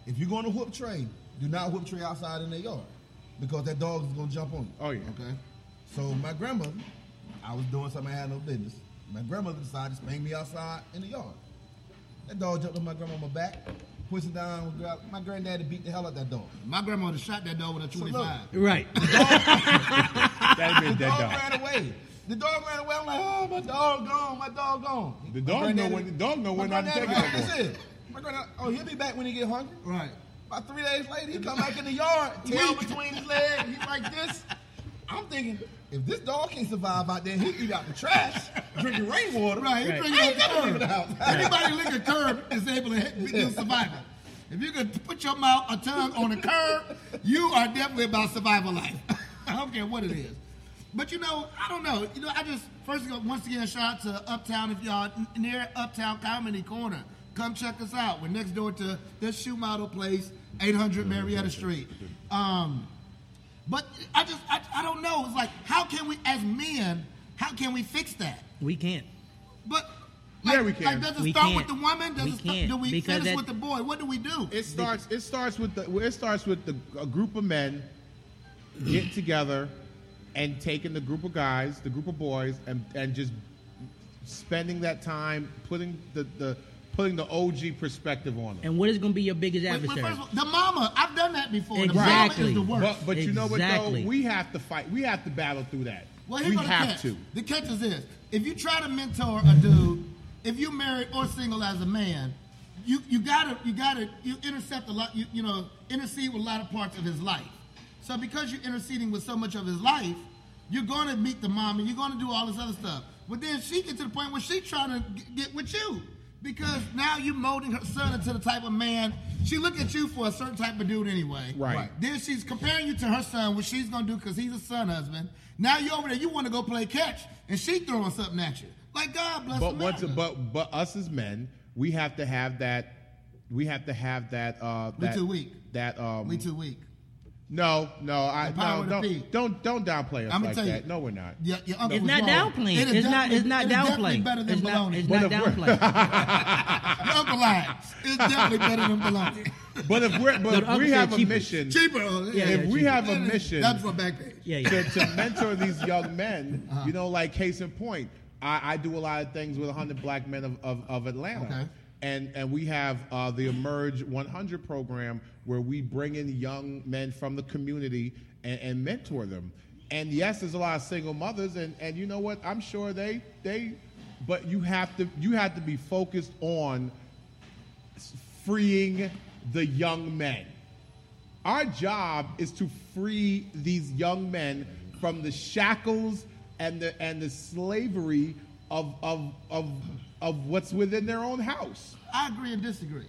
if you're going to whoop Trey, Do not whip Trey outside in their yard because that dog is gonna jump on you.
Oh, yeah.
Okay. So my grandmother, I was doing something I had no business. My grandmother decided to spank me outside in the yard. That dog jumped on my grandmama's back, pushed her down. grabbed- My granddaddy beat the hell out that dog.
My grandmother shot that dog with a 25.
Right.
Oh.
That'd been
The
dead
dog
dog.
ran away. The dog ran away. I'm like, oh, my dog gone. My dog gone.
The dog
My
know
granddaddy-
when- the dog know
my
when not to
granddaddy-
take it no
That's it. My granddaddy, oh, he'll be back when he get hungry.
Right.
About three days later, he come back in the yard, tail between his legs. He like this. I'm thinking, if this dog can survive out there, he eat out the trash, drinking rainwater.
Right.
Right.
He brings
I
up
ain't never leaving
the
the
curb.
house.
Anybody lick a curb is able to hit- do survival. If you can put your mouth or tongue on a curb, you are definitely about survival life. I don't care what it is. But you know, I don't know. You know, I just first go, once again shout out to Uptown. If y'all n- near Uptown Comedy Corner, come check us out. We're next door to the shoe model place, 800 Marietta Street. Um, but I just I, I don't know. It's like how can we as men how can we fix that?
we can't.
But
Yeah,
like,
we can.
Like, does it
We
start
can.
with the woman? Does
We
it start,
can,
do we
because
finish
that-
with the boy? What do we do?
It starts. It starts with the. well, It starts with the a group of men get together and taking the group of guys, the group of boys, and and just spending that time putting the the putting the OG perspective on them.
And what is going to be your biggest
Wait, wait,
adversary?
first of all, the mama. I've done that before.
Exactly.
The mama is the
But
worst.
but you know what
Exactly.
though, we have to fight. We have to battle through that.
well, here's
we
the
have
catch.
to.
The catch is this: if you try to mentor a dude, if you're married or single as a man, you you gotta you gotta you intercept a lot. You you know intercede with a lot of parts of his life. So because you're interceding with so much of his life, you're going to meet the mom and you're going to do all this other stuff. But then she gets to the point where she's trying to g- get with you. Because now you're molding her son into the type of man she look at you for a certain type of dude anyway.
Right.
Then she's comparing you to her son, what she's gonna do because he's a son husband. Now you're over there, you want to go play catch, and she throwing something at you. Like God bless.
But what's
America.
but but us as men, we have to have that. We have to have that. Uh,
We
that,
too weak.
That um.
We too weak.
No, no, I
The power
no,
of the
don't,
feet.
don't don't downplay us
I'ma
like
tell you.
that. No, we're not.
Your, your uncle
It's
was
not
wrong.
downplaying.
It is
It's not. It's
definitely-
not
it is definitely
downplaying.
Better than
It's not.
baloney.
It's
But
not
if we're-
downplaying.
Your uncle lied. It's definitely better than baloney.
But if we're but
No, the
if we
other
have a
cheaper.
mission
Cheaper.
Yeah,
if
yeah,
we
cheaper.
have a mission
That's for back page.
Yeah, yeah. Uh-huh.
to, to mentor these young men, you know, like case in point, I, I do a lot of things with 100 black men of, of, of Atlanta.
Okay.
And, and we have uh, the Emerge 100 program where we bring in young men from the community and, and mentor them. And yes, there's a lot of single mothers, and, and you know what? I'm sure they they, but you have to you have to be focused on freeing the young men. Our job is to free these young men from the shackles and the and the slavery of of of of what's within their own house.
I agree and disagree.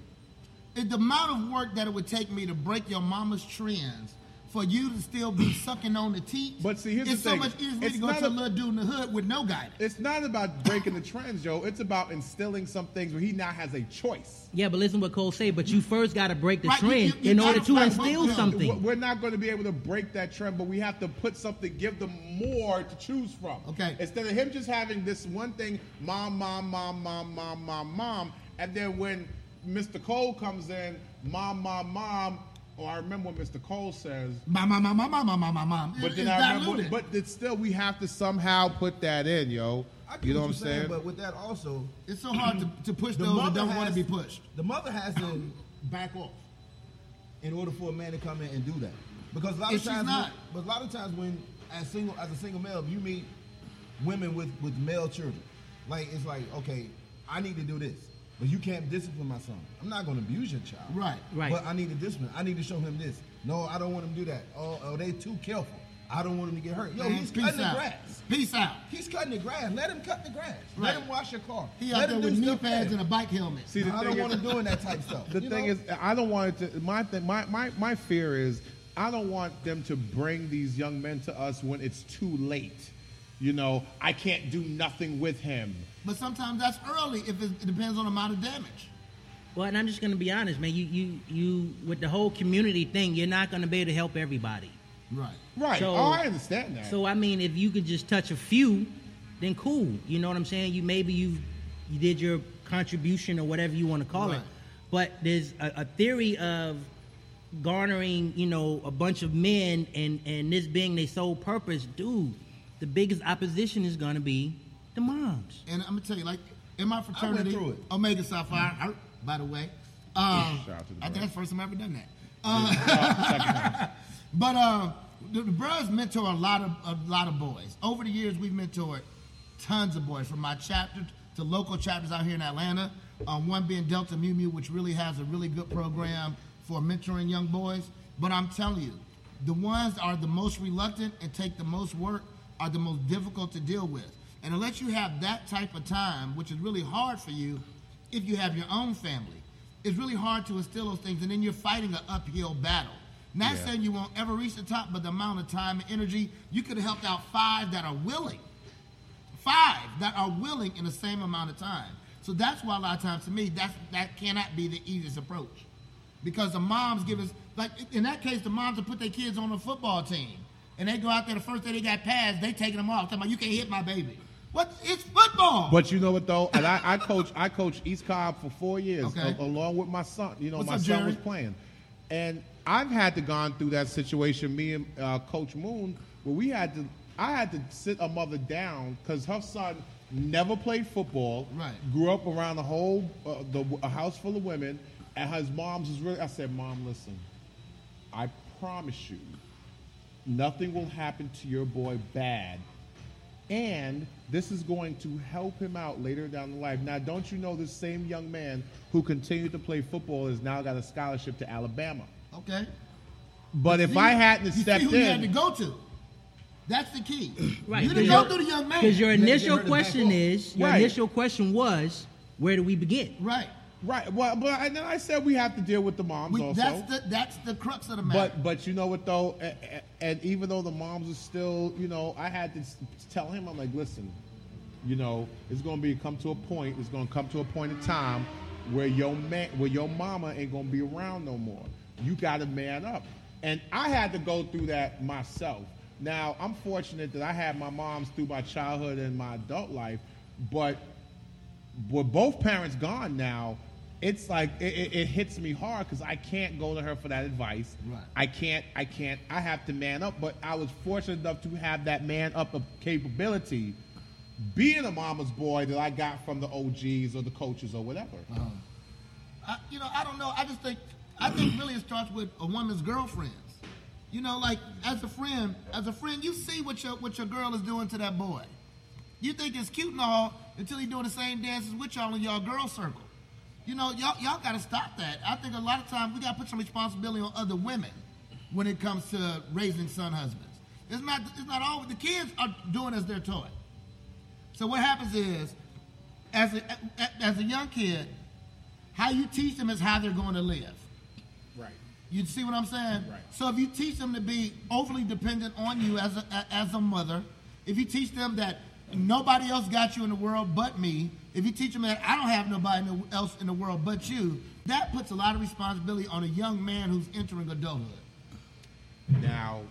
It, the amount of work that it would take me to break your mama's trends for you to still be sucking on the teeth.
But see, here's the
it's
thing.
so much easier
It's
to go
not
to a
a-
little dude in the hood with no guidance.
It's not about breaking the trends, Joe. It's about instilling some things where he now has a choice.
Yeah, but listen what Cole say. But you first got to break the
Right, you-
trend
you- you
in
gotta
order to
fight
instill
both of them.
We're
something.
we're not going to be able to break that trend, but we have to put something, give them more to choose from.
Okay.
Instead of him just having this one thing, mom, mom, mom, mom, mom, mom, mom, and then when Mr. Cole comes in, mom, mom, mom. Oh, I remember what Mr. Cole says.
Mom, mom, mom, mom, mom, mom, mom, mom, mom. It-
But then
it's
I remember,
diluted.
but it's still we have to somehow put that in, yo.
I get
You know what
you're
I'm saying?
But with that also,
it's so hard to, to push
the
those that
mother
don't want
has-
to be pushed.
The mother has to back off in order for a man to come in and do that. Because a lot
And
of
she's
times,
not.
When, but a lot of times when as single as a single male, you meet women with with male children. Like it's like okay, I need to do this, but you can't discipline my son. I'm not going to abuse your child.
Right.
Right.
But I need to discipline. I need to show him this. No, I don't want him to do that. Oh, oh they too careful. I don't want him to get hurt. Yo,
Man,
he's
peace
cutting the
out.
grass.
Peace out.
He's cutting the grass. Let him cut the grass.
Right.
Let him wash your car.
He
Let
out there
him
with
do
knee
stuff
pads
better.
and a bike helmet.
See, the
I
thing
don't
is-
want him doing that type stuff.
The
you
thing
know?
is, I don't want it to. My thing, my, my my fear is, I don't want them to bring these young men to us when it's too late. You know, I can't do nothing with him.
But sometimes that's early if it, it depends on the amount of damage.
Well, and I'm just gonna be honest, man. You you you with the whole community thing, you're not gonna be able to help everybody.
Right.
Right?
So-
oh, I understand that.
So I mean, if you could just touch a few, then cool. You know what I'm saying? You maybe you you did your contribution or whatever you want to call it.
Right.
But there's a, a theory of garnering, you know, a bunch of men and and this being their sole purpose, dude, the biggest opposition is gonna be the moms.
And I'm gonna tell you, like in my fraternity,
through it. Mm-hmm.
Omega Psi Phi, I- by the way, um,
Shout out to the
I
bros.
think that's the first time I've ever done that. Uh, but uh, the, the bros mentor a lot of a lot of boys. Over the years, we've mentored tons of boys from my chapter to local chapters out here in Atlanta. Um, one being Delta Mu Mu, which really has a really good program for mentoring young boys. But I'm telling you, the ones that are the most reluctant and take the most work are the most difficult to deal with. And unless you have that type of time, which is really hard for you, if you have your own family, it's really hard to instill those things. And then you're fighting an uphill battle. Not saying you won't ever reach the top, but the amount of time and energy you could have helped out five that are willing, five that are willing in the same amount of time. So that's why a lot of times to me, that's that cannot be the easiest approach, because the moms give us like in that case, the moms will put their kids on a football team, and they go out there the first day they got pads, they taking them off, talking about you can't hit my baby. What? It's football.
But you know what though, and I, I coach I coached East Cobb for four years
Okay.
a- along with my son. You know,
What's
my
up,
son
Jerry?
was playing, and I've had to gone through that situation. Me and uh, Coach Moon, where we had to I had to sit a mother down because her son never played football.
Right.
grew up around the whole uh, the a house full of women, and his mom's was really. I said, Mom, listen, I promise you, nothing will happen to your boy bad. And this is going to help him out later down the life. Now, don't you know this same young man who continued to play football has now got a scholarship to Alabama?
okay.
But if I hadn't
you
stepped
see who you had to
in,
go to. That's the key.
Right,
You didn't
because
go through the young man.
Because your
You had to get
initial
rid of the back
question
off.
is your
Right.
initial question was, where do we begin?
right.
right? Well, but and then I said we have to deal with the moms
We,
also.
that's the that's the crux of the matter.
But but you know what though, A- a- and even though the moms are still, you know, I had to s- tell him, I'm like, listen, you know, it's gonna be come to a point. It's gonna come to a point in time where your man, where your mama ain't gonna be around no more. You gotta man up. And I had to go through that myself. Now I'm fortunate that I had my moms through my childhood and my adult life, but with both parents gone now, it's like it, it, it hits me hard because I can't go to her for that advice.
Right.
I can't. I can't. I have to man up. But I was fortunate enough to have that man up of capability, being a mama's boy that I got from the OGs or the coaches or whatever.
Uh-huh. I, you know, I don't know. I just think I think really it starts with a woman's girlfriends. You know, like as a friend, as a friend, you see what your what your girl is doing to that boy. You think it's cute and all until he's doing the same dances with y'all in y'all girl circle. You know, y'all y'all gotta stop that. I think a lot of times we gotta put some responsibility on other women when it comes to raising son husbands. It's not it's not all the kids are doing as they're taught. So what happens is, as a, as a young kid, how you teach them is how they're going to live.
Right.
You see what I'm saying?
Right.
So if you teach them to be overly dependent on you as a, a- as a mother, if you teach them that nobody else got you in the world but me, if you teach them that I don't have nobody in the- else in the world but you, that puts a lot of responsibility on a young man who's entering adulthood.
Now,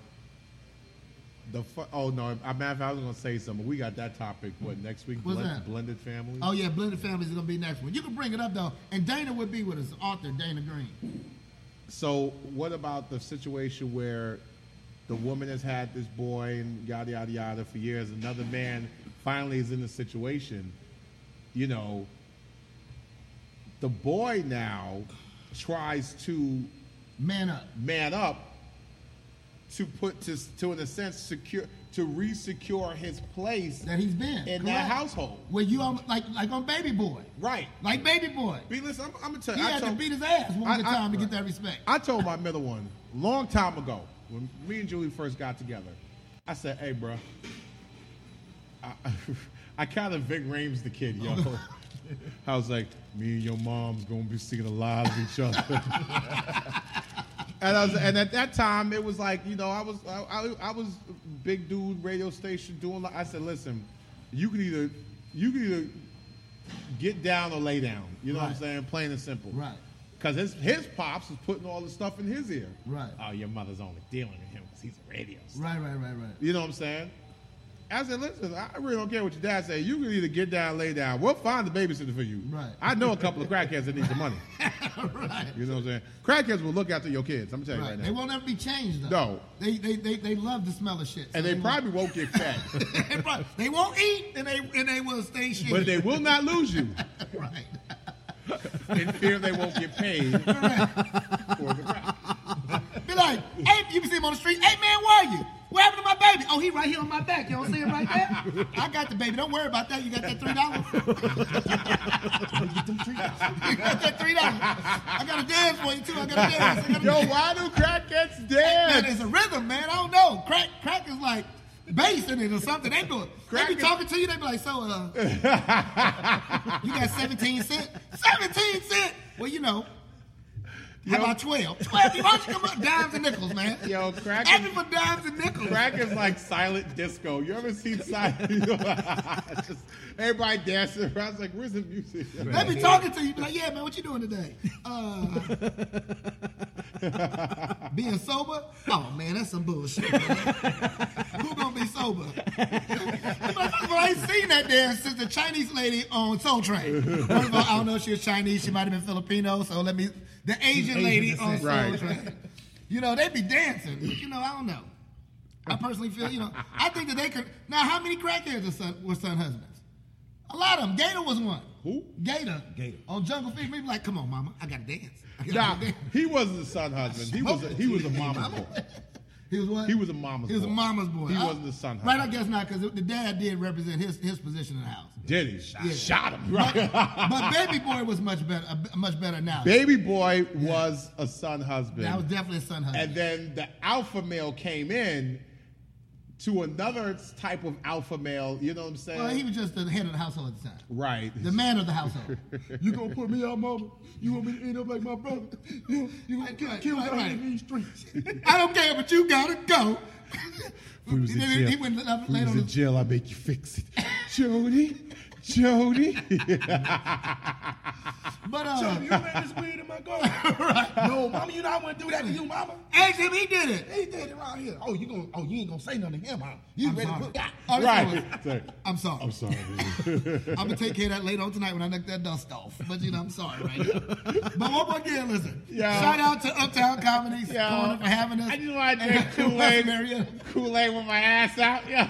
the fu- oh no, I, matter of fact, I was gonna say something. We got that topic. What next week?
What's that?
Blended family.
Oh yeah, blended families is gonna be next one. You can bring it up though, and Dana would be with us, author Dana Green.
So, what about the situation where the woman has had this boy and yada yada yada for years? Another man finally is in the situation. You know, the boy now tries to
Man up.
man up to put to to in a sense secure to re-secure his place
that he's been
in
correct.
that household.
Where you on like like on Baby Boy,
Right.
like Baby Boy,
Be listen, I'm, I'm gonna tell
he
you. I
had to
told-
beat his ass one
I-
good
I-
time to get that respect.
I told my middle one long time ago when me and Julie first got together. I said, "Hey, bro, I, I kind of Vic Rames the kid, yo." I was like, "Me and your mom's gonna be seeing a lot of each other." and I was, and at that time, it was like, you know, I was, I, I, I was big dude radio station doing. li- I said, "Listen, you can either, you can either." Get down or lay down. You know what I'm
Right.
saying? Plain and simple.
Right.
Because his, his pops is putting all the stuff in his ear.
Right.
Oh, your mother's only dealing with him because he's a radio. star.
right, right, right, right.
You know what I'm saying? I said, listen, I really don't care what your dad say. You can either get down, lay down. We'll find the babysitter for you.
Right.
I know a couple of crackheads that need the money.
right.
You know what I'm saying? Crackheads will look after your kids. I'm telling
Right.
you
They
right now.
won't ever be changed though.
No.
They they they, they love the smell of shit. so
And they
won't-
probably won't get fat,
they probably- they won't eat and they and they will stay shitty.
but they will not lose you.
right.
In fear they won't get paid for the crack.
Be like, hey, you can see him on the street. Hey man, where are you? What happened to my baby? Oh, he right here on my back. You don't see him right there? I got the baby. Don't worry about that. You got that three dollars. you got that three dollars. I got a dance for you too. I got a dance. I got a
Yo,
dance.
why do crackheads
Man,
dance?
it's a rhythm, man. I don't know. Crack, crack is like bass in it or something. They do it.
Crack
they be
is-
talking to you. They be like, so uh, you got seventeen cent? Seventeen cent? Well, you know. How about 12? 12, why don't you come up dimes and nickels, man?
Yo, crack
Happy
is,
for dimes and nickels.
crack is like silent disco. You ever seen silent? Just everybody dancing around. It's like, where's the music?
They be talking to you, be like, yeah, man, what you doing today? Uh, being sober? Oh, man, that's some bullshit. man. Who gonna be sober? Motherfucker, I ain't seen that dance since the Chinese lady on Soul Train. First of all, I don't know if she was Chinese. She might have been Filipino. So let me, the Asian,
Asian
lady on
descent.
Soul
Right.
Train. You know, they be dancing. But, you know, I don't know. I personally feel, you know, I think that they could. Now, how many crackheads are son, were son husbands? A lot of them. Gator was one.
Who?
Gator.
Gator.
On Jungle Fish, people like, come on, mama, I gotta dance. I gotta
Nah,
dance.
he wasn't a son husband. He was a, he was a mama's boy.
He was what?
He was a mama's
He was a
boy.
mama's boy.
He
I-
wasn't a son
Right, I
husband.
guess not, because the dad did represent his, his position in the house.
Did he? Shot, him. Right.
But, but baby boy was much better, uh, much better now.
Baby boy was a son husband.
that was definitely a son husband.
and then the alpha male came in to another type of alpha male. You know what I'm saying?
well, he was just the head of the household at the time,
right.
the man of the household.
You gonna put me out, mama? You want me to end up like my brother? You, you gonna
Right,
kill,
right,
kill
right,
me
right.
in these streets?
I don't care, but you gotta go.
We was in
He- he
jail.
went up
When
later
he's
on
in
the-
jail, I make you fix it, Jody. Jody.
But uh,
you made this weed in my garden. No, mama, you know I wouldn't do that to you, mama.
ask him, he did it.
He did it around here. Oh, you gonna? Oh, you ain't gonna say nothing to him, huh? You
I'm
ready
sorry.
to put?
Oh, this
right.
one was-
Sorry.
I'm sorry.
I'm sorry.
I'm gonna take care of that later on tonight when I knock that dust off. But you know, I'm sorry right now. But one more again, listen.
Yeah.
Shout out to Uptown Comedy
Yeah.
Corner for having us.
I just want to drink Kool Aid.
Marietta.
Kool Aid with my ass out. Yo.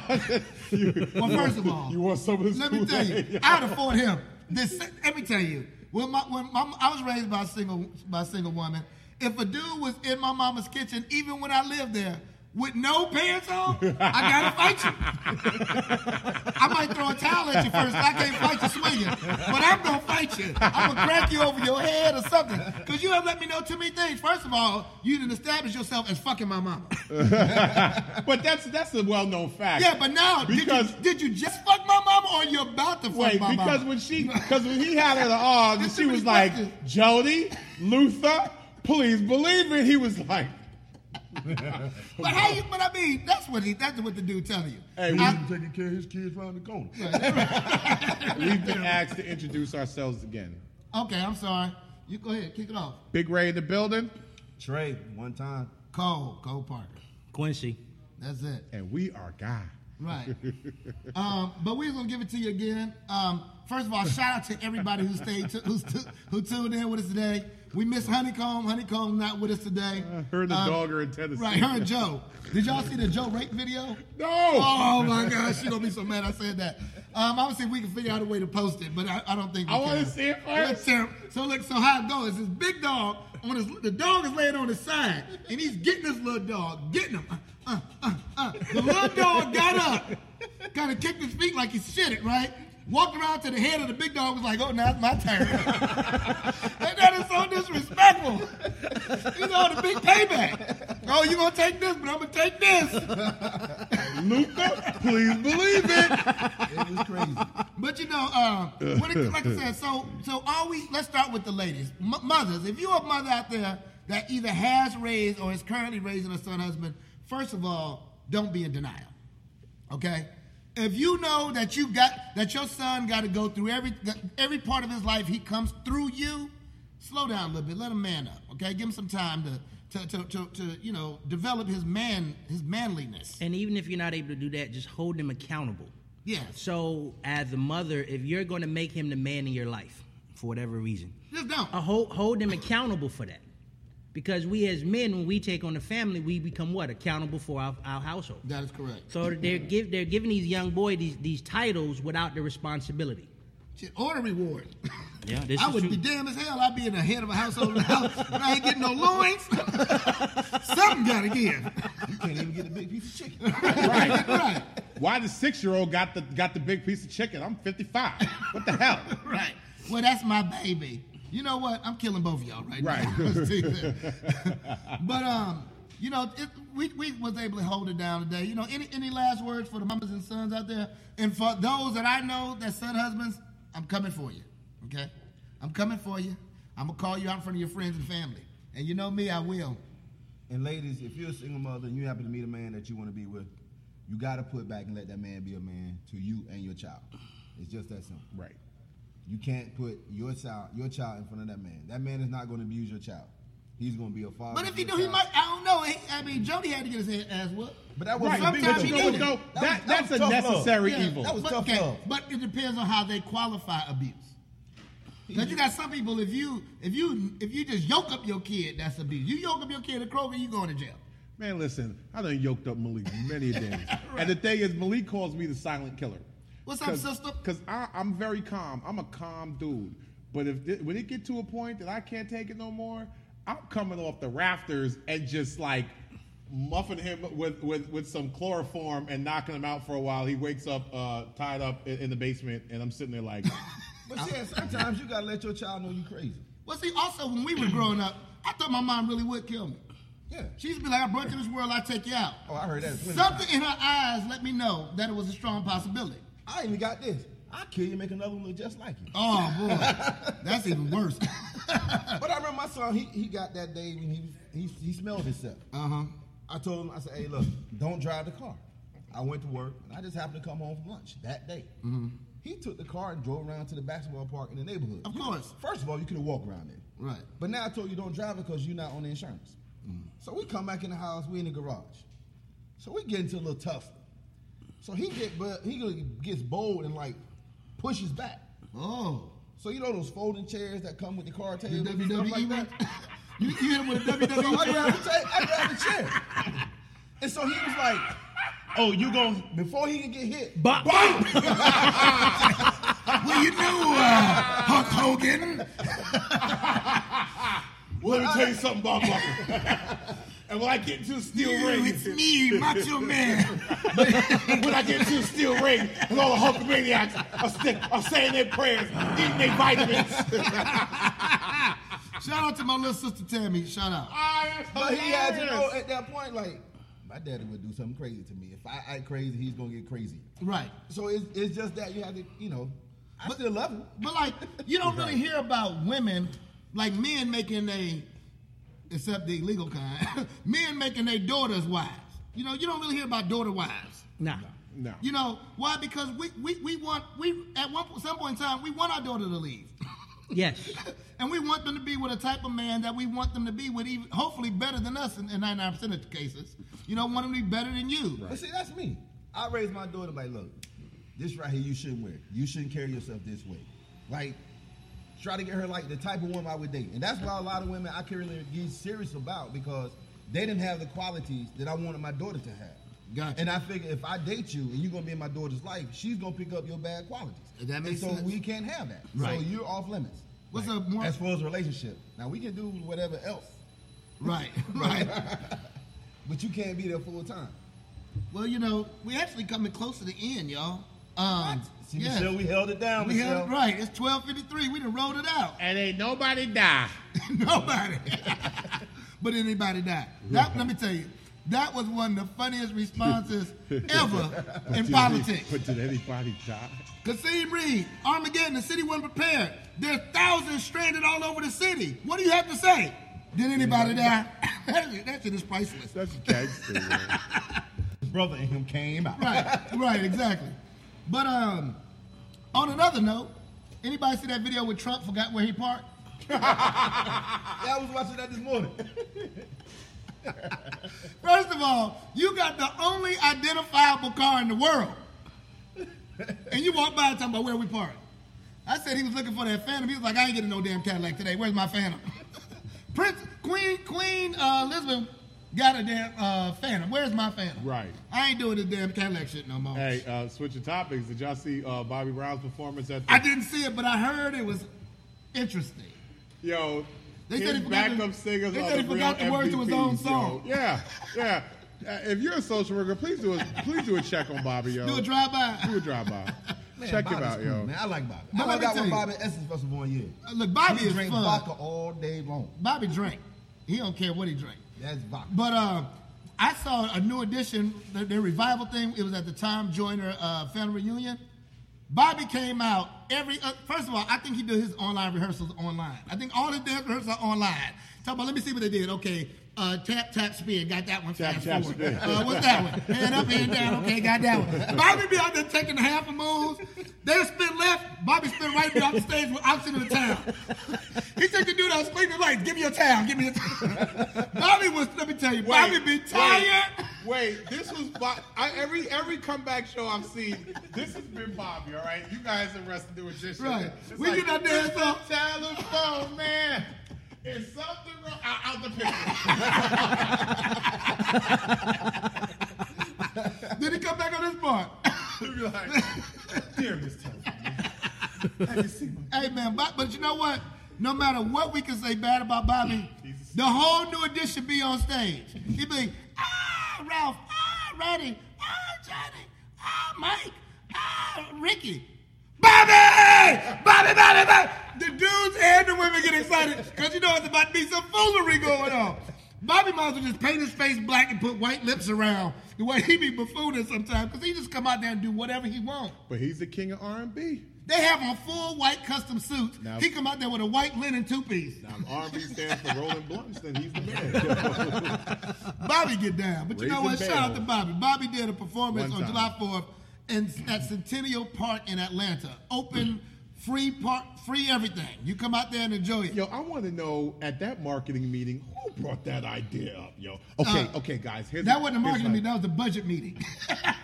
Well, first of all,
You want some of this?
let me tell you,
Kool-Aid?
I'd afford him. This, let me tell you, when my when my, I was raised by a single by a single woman, if a dude was in my mama's kitchen, even when I lived there. With no pants on, I gotta fight you. I might throw a towel at you first. I can't fight you swinging, but I'm gonna fight you. I'm gonna crack you over your head or something, cause you have let me know too many things. First of all, you didn't establish yourself as fucking my mama.
But that's that's a well known fact.
Yeah, but now
Because-
did you did you just fuck my mama or you're about to fuck
Wait,
my
because
mama?
when she, because when he had her on,
That's
she
too many
was like,
questions.
Jody, Luther, please believe it. He was like,
But how you? But I mean, that's what he. That's what the dude telling you.
hey, we,
I-
taking care of his kids around the corner.
we've been asked to introduce ourselves again.
okay, I'm sorry. You go ahead, kick it off.
Big Ray in the building,
Trey, one time.
Cole, Cole Parker.
Quincy.
That's it.
and we are guy.
Right. um, but we're gonna give it to you again. Um, first of all, shout out to everybody who stayed, to, who's tu- who tuned in with us today. We miss Honeycomb. Honeycomb not with us today.
Her and the
Um,
dog are in Tennessee.
Right, her and Joe. Did y'all see the Joe rape video?
No.
Oh my gosh, she gonna be so mad I said that. Um, I would say we can figure out a way to post it, but I, I don't think we
I wanna
can.
see it
Let's
first.
see it. So look, so how it goes? This big dog on his the dog is laying on his side, and he's getting this little dog, getting him. Uh, uh, uh, uh. The little dog got up, kind of kicked his feet like he shit it, right? Walked around to the head of the big dog was like, oh, now it's my turn. and that is so disrespectful. You know, the big payback. Oh, you gonna take this, but I'm gonna take this.
Luther, please believe it.
It was crazy.
But you know, um, when it, like I said, so so always let's start with the ladies, M- mothers. If you're a mother out there that either has raised or is currently raising a son, husband, first of all, don't be in denial. Okay, if you know that you got that your son got to go through every that every part of his life, he comes through you. Slow down a little bit. Let him man up. Okay, give him some time to to, to, to, to you know develop his man his manliness.
And even if you're not able to do that, just hold him accountable.
Yes,
So, as a mother, if you're going to make him the man in your life for whatever reason,
just don't.
I hold hold them accountable for that. Because we as men, when we take on the family, we become what accountable for our, our household.
That is correct.
So they're give they're giving these young boy these these titles without the responsibility.
Shit, Or a reward.
Yeah, this
I would be damn as hell. I'd be in the head of a household now, and I ain't getting no loins. Something gotta give.
You can't even get a big piece of chicken.
Right.
Right,
Why the six year old got the got the big piece of chicken? I'm 55. What the hell?
right. Well, that's my baby. You know what? I'm killing both of y'all right,
Right.
now. Let's do that. but um, you know, it, we we was able to hold it down today. You know, any any last words for the mamas and sons out there, and for those that I know that son husbands, I'm coming for you. Okay, I'm coming for you. I'm gonna call you out in front of your friends and family, and you know me, I will.
And ladies, if you're a single mother and you happen to meet a man that you want to be with, you gotta put back and let that man be a man to you and your child. It's just that simple.
Right.
You can't put your child, your child in front of that man. That man is not going to abuse your child. He's going to be a father.
But if
to
he
your
do, he
child.
might. I don't know. He, I mean, Jody had to get his ass whooped.
But that was
Right.
Sometimes you
But you know
need
what,
it.
though?
That
That, that's
was- that was
a
tough love.
necessary
Yeah,
evil.
That was
but,
tough love.
But it depends on how they qualify abuse. Because you got some people, if you if you if you just yoke up your kid, that's abuse. You yoke up your kid at Kroger, you going to jail.
Man, listen, I done yoked up Malik many days. And the thing is, Malik calls me the silent killer.
What's up, sister?
Because I'm very calm. I'm a calm dude. But if thi- when it get to a point that I can't take it no more, I'm coming off the rafters and just like muffing him with, with, with some chloroform and knocking him out for a while. He wakes up uh, tied up in, in the basement, and I'm sitting there like,
But yeah, sometimes you gotta let your child know you crazy.
Well, see, also when we were growing up, I thought my mom really would kill me.
Yeah.
She used to be like, "I brought you to this world, I take you out."
Oh, I heard that. plenty of
Something
times.
in her eyes let me know that it was a strong possibility.
I even got this. I kill you, make another one look just like you.
Oh boy, that's even worse.
But I remember my son. He, he got that day when he he he smelled himself.
Uh huh.
I told him, I said, hey, look, don't drive the car. I went to work and I just happened to come home from lunch that day. He took the car and drove around to the basketball park in the neighborhood.
Of
You-
course.
First of all, you could have walked around there.
Right. Mm.
But now I told you don't drive it because you're not on the insurance. So we come back in the house, we in the garage. So we get into a little tussle. So he get but he gonna- gets bold and like pushes back.
Oh.
So you know those folding chairs that come with the car table,
The
and stuff
WWE
like
one?
that.
you, you hit him with a
So I
WWE
grabbed the, ta- I grabbed the chair. And so he was like,
oh, you going
before he can get hit,
But
Well, you know, uh, Hulk Hogan.
Let me tell you something, Bob Barker. and when I get into the steel ring,
It's me, Macho Man.
when I get into the steel ring, and all the Hulkamaniacs are, stick, are saying their prayers, eating their vitamins.
Shout out to my little sister Tammy. Shout out.
but he had to know at that point, like, my daddy would do something crazy to me. If I act crazy, he's gonna get crazy.
Right.
So it's, it's just that you have to, you know, I still love him.
But like, you don't really hear about women, like men making a, except the illegal kind, men making their daughters wives. You know, you don't really hear about daughter wives.
nah,
No.
You know why? Because we, we, we want we at one po- some point in time we want our daughter to leave,
yes,
and we want them to be with a type of man that we want them to be with, even hopefully better than us in ninety nine percent of the cases. You don't want them to be better than you.
But see, that's me. I raised my daughter like, look, this right here you shouldn't wear. You shouldn't carry yourself this way. Like, try to get her like the type of woman I would date. And that's why a lot of women I can really get serious about because they didn't have the qualities that I wanted my daughter to have.
Gotcha.
And I figure if I date you and you're gonna be in my daughter's life, she's gonna pick up your bad qualities.
That makes
and so
sense.
we can't have that.
Right.
So you're off limits.
What's up, Mark?
As far as relationship. Now we can do whatever else,
Right, right.
but you can't be there full time.
well, you know, we actually coming close to the end, y'all. Um,
See,
yes.
Michelle, we held it down.
we
Michelle.
held it right. It's twelve fifty three. We done rolled it out.
And ain't nobody die.
Nobody, but anybody died. That, let me tell you, that was one of the funniest responses ever in politics.
But did anybody die?
Kasim Reed, Armageddon, the city wasn't prepared. There are thousands stranded all over the city. What do you have to say? Did anybody die? that shit- that shit is priceless.
That's gangster, man.
brother and him came out.
right, right, exactly. But um, on another note, anybody see that video with Trump forgot where he parked?
Yeah, I was watching that this morning.
First of all, you got the only identifiable car in the world. And you walk by and talking about where we parked. I said he was looking for that Phantom. He was like, I ain't getting no damn Cadillac today. Where's my Phantom? Prince Queen Queen uh, Elizabeth got a damn uh, Phantom. Where's my Phantom?
Right.
I ain't doing this damn Cadillac shit no more.
Hey, uh, switching topics. Did y'all see uh, Bobby Brown's performance at the
I didn't see it, but I heard it was interesting.
Yo,
They
his
said he forgot
backup
the-
singers
they
are
said he
the real
forgot the words to his
MVPs,
own song.
yo. Yeah, yeah. Uh, if you're a social worker, please do a please do a check on Bobby, yo.
Do a drive by.
Do a drive by. check him
Bobby's
out,
cool,
yo.
Man, I like Bobby.
But
I
let
like
me
out
tell
with
you- Uh,
Bobby Essence Festival one year.
Look, Bobby
He
is
drank
fun.
vodka all day long.
Bobby drank. He don't care what he drank.
That's vodka.
But uh, I saw a new edition, the, the revival thing. It was at the Tom Joyner uh, family reunion. Bobby came out every. Uh, first of all, I think he did his online rehearsals online. I think all his dance rehearsals are online. Talk about. Let me see what they did. Okay, uh, tap tap spin. Got that one.
Tap,
fast
tap,
forward.
spin.
Uh, what's that one? Hand up, hand down. Okay, got that one. Bobby be out there taking half a moves. They spin left. Bobby spin right. Be off the stage with opposite of the town. he took the dude out screaming like, "Give me your town. Give me your town." Bobby was. Let me tell you. Bobby be
wait,
tired.
Wait, this was Bob. I, every every comeback show I've seen, this has been Bobby. All right, you guys are wrestling doing this shit.
Right.
It's
We get out there and
"It's
stuff.
a telephone man. Is something wrong? Out, out the picture.
Then he come back on his part.
You'd be like, dear Miss Telephone. Man, have you seen my
hey man, Bob, but you know what? No matter what we can say bad about Bobby, the whole new edition be on stage. He be like, ah Ralph, ah Randy, ah Johnny, ah Mike, ah Ricky, Bobby, Bobby, Bobby, Bobby. The dudes and the women get excited because you know it's about to be some foolery going on. Bobby might as well just paint his face black and put white lips around the way he be buffooning sometimes because he just come out there and do whatever he wants.
But he's the king of R&B.
They have on full white custom suits.
Now-
he come out there with a white linen two piece.
Now, if R&B stands for Rolling Blunts, then he's the man.
Bobby get down, but you know what?
Raising
Shout out to
Bales.
Bobby. Bobby did a performance
One
on July
time.
Fourth in at Centennial Park in Atlanta. Open, free park, free everything. You come out there and enjoy it.
Yo, I want to know at that marketing meeting who brought that idea up, yo. Okay,
Uh,
okay, guys. Here's
that wasn't a marketing meeting.
meeting.
That was a budget meeting.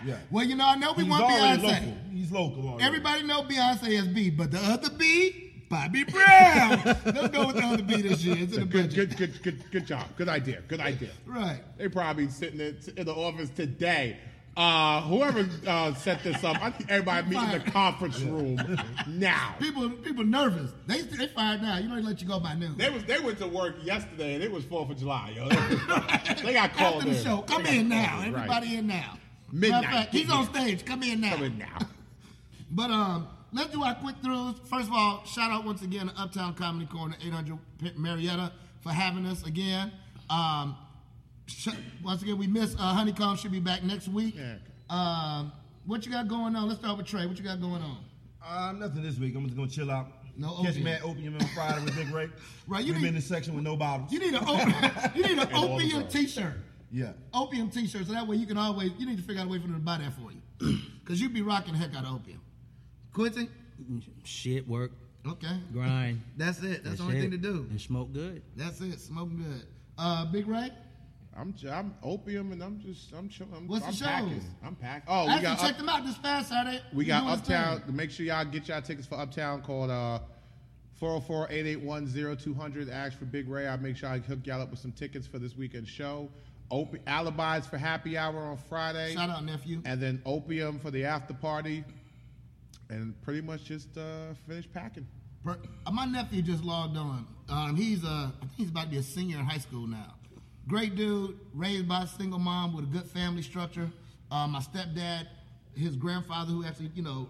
Yeah.
Well, you know, I know we
He's
want
already
Beyonce.
local. He's local. Already.
Everybody know Beyonce as B, but the other B, Bobby Brown. Let's go with the other B this year. It's in the
Good,
budget.
good, good, good, good job. Good idea. Good idea.
Right.
They probably sitting in in the office today. Uh, whoever uh, set this up, I think everybody meet in the conference room now.
People, people nervous. They they find out. You don't let you go by noon.
They was they went to work yesterday and it was Fourth of July, yo. they got called
After the
in.
show, come
They got
in now.
called in, right.
Everybody in now.
Midnight.
Matter of fact, he's on stage. Come in now.
Come in now.
But um, let's do our quick throughs. First of all, shout out once again to Uptown Comedy Corner, 800 P- Marietta, for having us again. Um, sh- once again, we miss uh, Honeycomb. Should be back next week.
Yeah,
Um, what you got going on? Let's start with Trey. What you got going on?
Um, nothing this week. I'm just gonna chill out.
No
Catch
opium.
me at opium on Friday with Big Ray.
Right, you
we
need-
been in the section with no bottles.
You need an opium, you need an
all the
opium
drugs.
T-shirt.
Yeah.
Opium T-shirt, so that way you can always. You need to figure out a way for them to buy that for you, because you'd be rocking the heck out of opium. Quincy,
Shit, work,
okay,
grind.
that's it. That's, the
that
only thing
shit,
to do.
And smoke good.
That's it. Smoking good. Uh, Big Ray,
I'm j- I'm opium and I'm just I'm chilling. I'm,
What's the
I'm
shows?
packing. I'm packing.
I
Oh, we
Uh,
actually
got
checked
up-
them out this past Saturday.
we
They
got
doing this
uptown.
thing.
Make sure y'all get y'all tickets for uptown called uh 404-881-0200. Ask for Big Ray. I'll make sure I hook y'all up with some tickets for this weekend show. Opi- alibis for happy hour on Friday,
Shout out nephew.
and then opium for the after party, and pretty much just uh, finish packing.
Per- uh, My nephew just logged on. Um, he's uh, I think he's about to be a senior in high school now. Great dude, raised by a single mom with a good family structure. Uh, my stepdad, his grandfather, who actually you know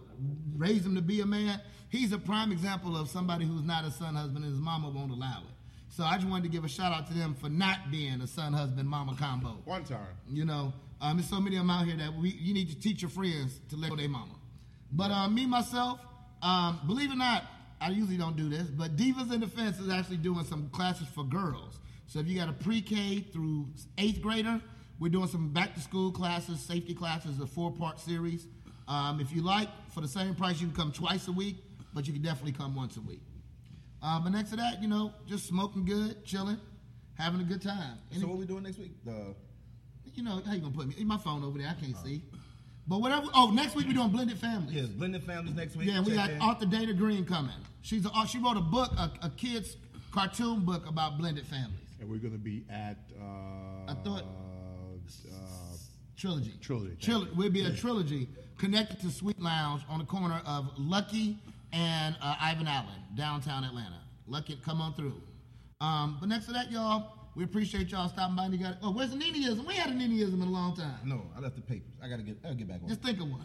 raised him to be a man. He's a prime example of somebody who's not a son husband, and his mama won't allow it. So I just wanted to give a shout out to them for not being a son husband mama combo.
One time.
You know, um, there's so many of them out here that we you need to teach your friends to let go their mama. But uh, me myself, um, believe it or not, I usually don't do this, but Divas in Defense is actually doing some classes for girls. So if you got a pre-K through eighth grader, we're doing some back-to-school classes, safety classes, a four-part series. Um, if you like, for the same price, you can come twice a week, but you can definitely come once a week. Uh, but next to that, you know, just smoking good, chilling, having a good time. And
So what we doing next week? The
you know, how you gonna put me? My phone over there, I can't see. But whatever. Oh, next week we're doing blended families.
yes, blended families next week.
Yeah, we
Check
got
in.
author Dana Green coming. She's a, uh, she wrote a book, a, a kids cartoon book about blended families
And we're gonna be at. Uh,
I thought-
Uh,
trilogy.
Trilogy, thank
Tril- we'll be a trilogy connected to Sweet Lounge on the corner of Lucky and uh, Ivan Allen, downtown Atlanta. Lucky, come on through. Um, but next to that, y'all, we appreciate y'all stopping by. And you got oh, where's the Niniism? We had a Niniism in a long time.
No, I left the papers. I gotta get. I'll get back on.
Just
it.
think of one.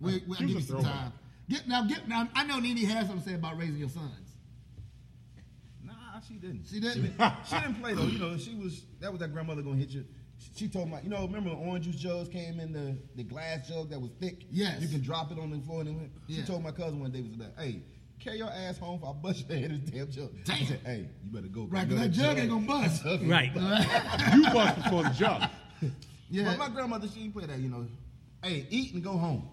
We, we, I'll give you some
throwaway.
time. Get now, get now. I know Nene has something to say about raising your sons.
Nah, she didn't.
She didn't.
She didn't play though. You know, she was. That was that grandmother gonna hit you. She, she told my. You know, remember when orange juice jugs came in the the glass jug that was thick.
Yes.
You can drop it on the floor and it went. She
Yeah.
told my cousin one day was like, "Hey, carry your ass home. For I bust your head in this damn jug."
Damn.
She said, "Hey, you better go."
Right,
You know
because that jug ain't gonna bust.
jug ain't
Right.
bust."
you bust before the jump.
Yeah,
But my grandmother, she put that. You know, hey, eat and go home.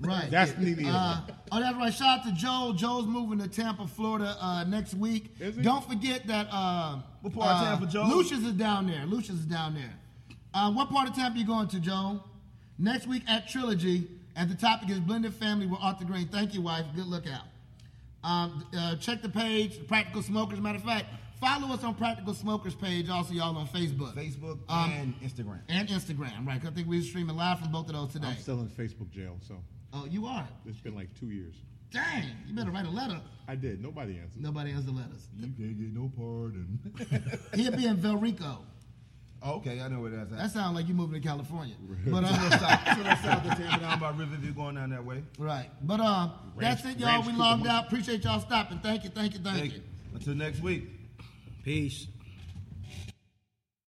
right.
That's Nene.
Uh, oh, that's right. Shout out to Joel. Joel's moving to Tampa, Florida uh, next week.
Is he?
Don't forget that. Uh,
What part of
uh,
Tampa, Joel?
Lucius is down there. Lucius is down there. Uh, what part of Tampa you going to, Joel? Next week at Trilogy, and the topic is blended family with Arthur Green. Thank you, wife. Good look out. Um, uh, check the page, Practical Smokers. Matter of fact, follow us on Practical Smokers page. Also, y'all on Facebook,
Facebook
Um,
and Instagram.
and Instagram. Right? 'cause I think we're streaming live from both of those today.
I'm still in Facebook jail, so
oh, you are.
it's been like two years.
Dang, you better write a letter.
I did. Nobody answered.
Nobody answered letters.
You can't get no pardon.
He'll be in Valrico.
Oh, okay, I know where that's at.
That sounds like you moving to California. But
But I'm
uh,
gonna stop. So let's stop the Tampa down by Riverview going down that way.
right. But uh, that's it, y'all.
Ranch
We
Cooper
logged
Monkey.
out. Appreciate y'all stopping. Thank you. Thank you. Thank,
Thank
you.
you. Until next week.
Peace.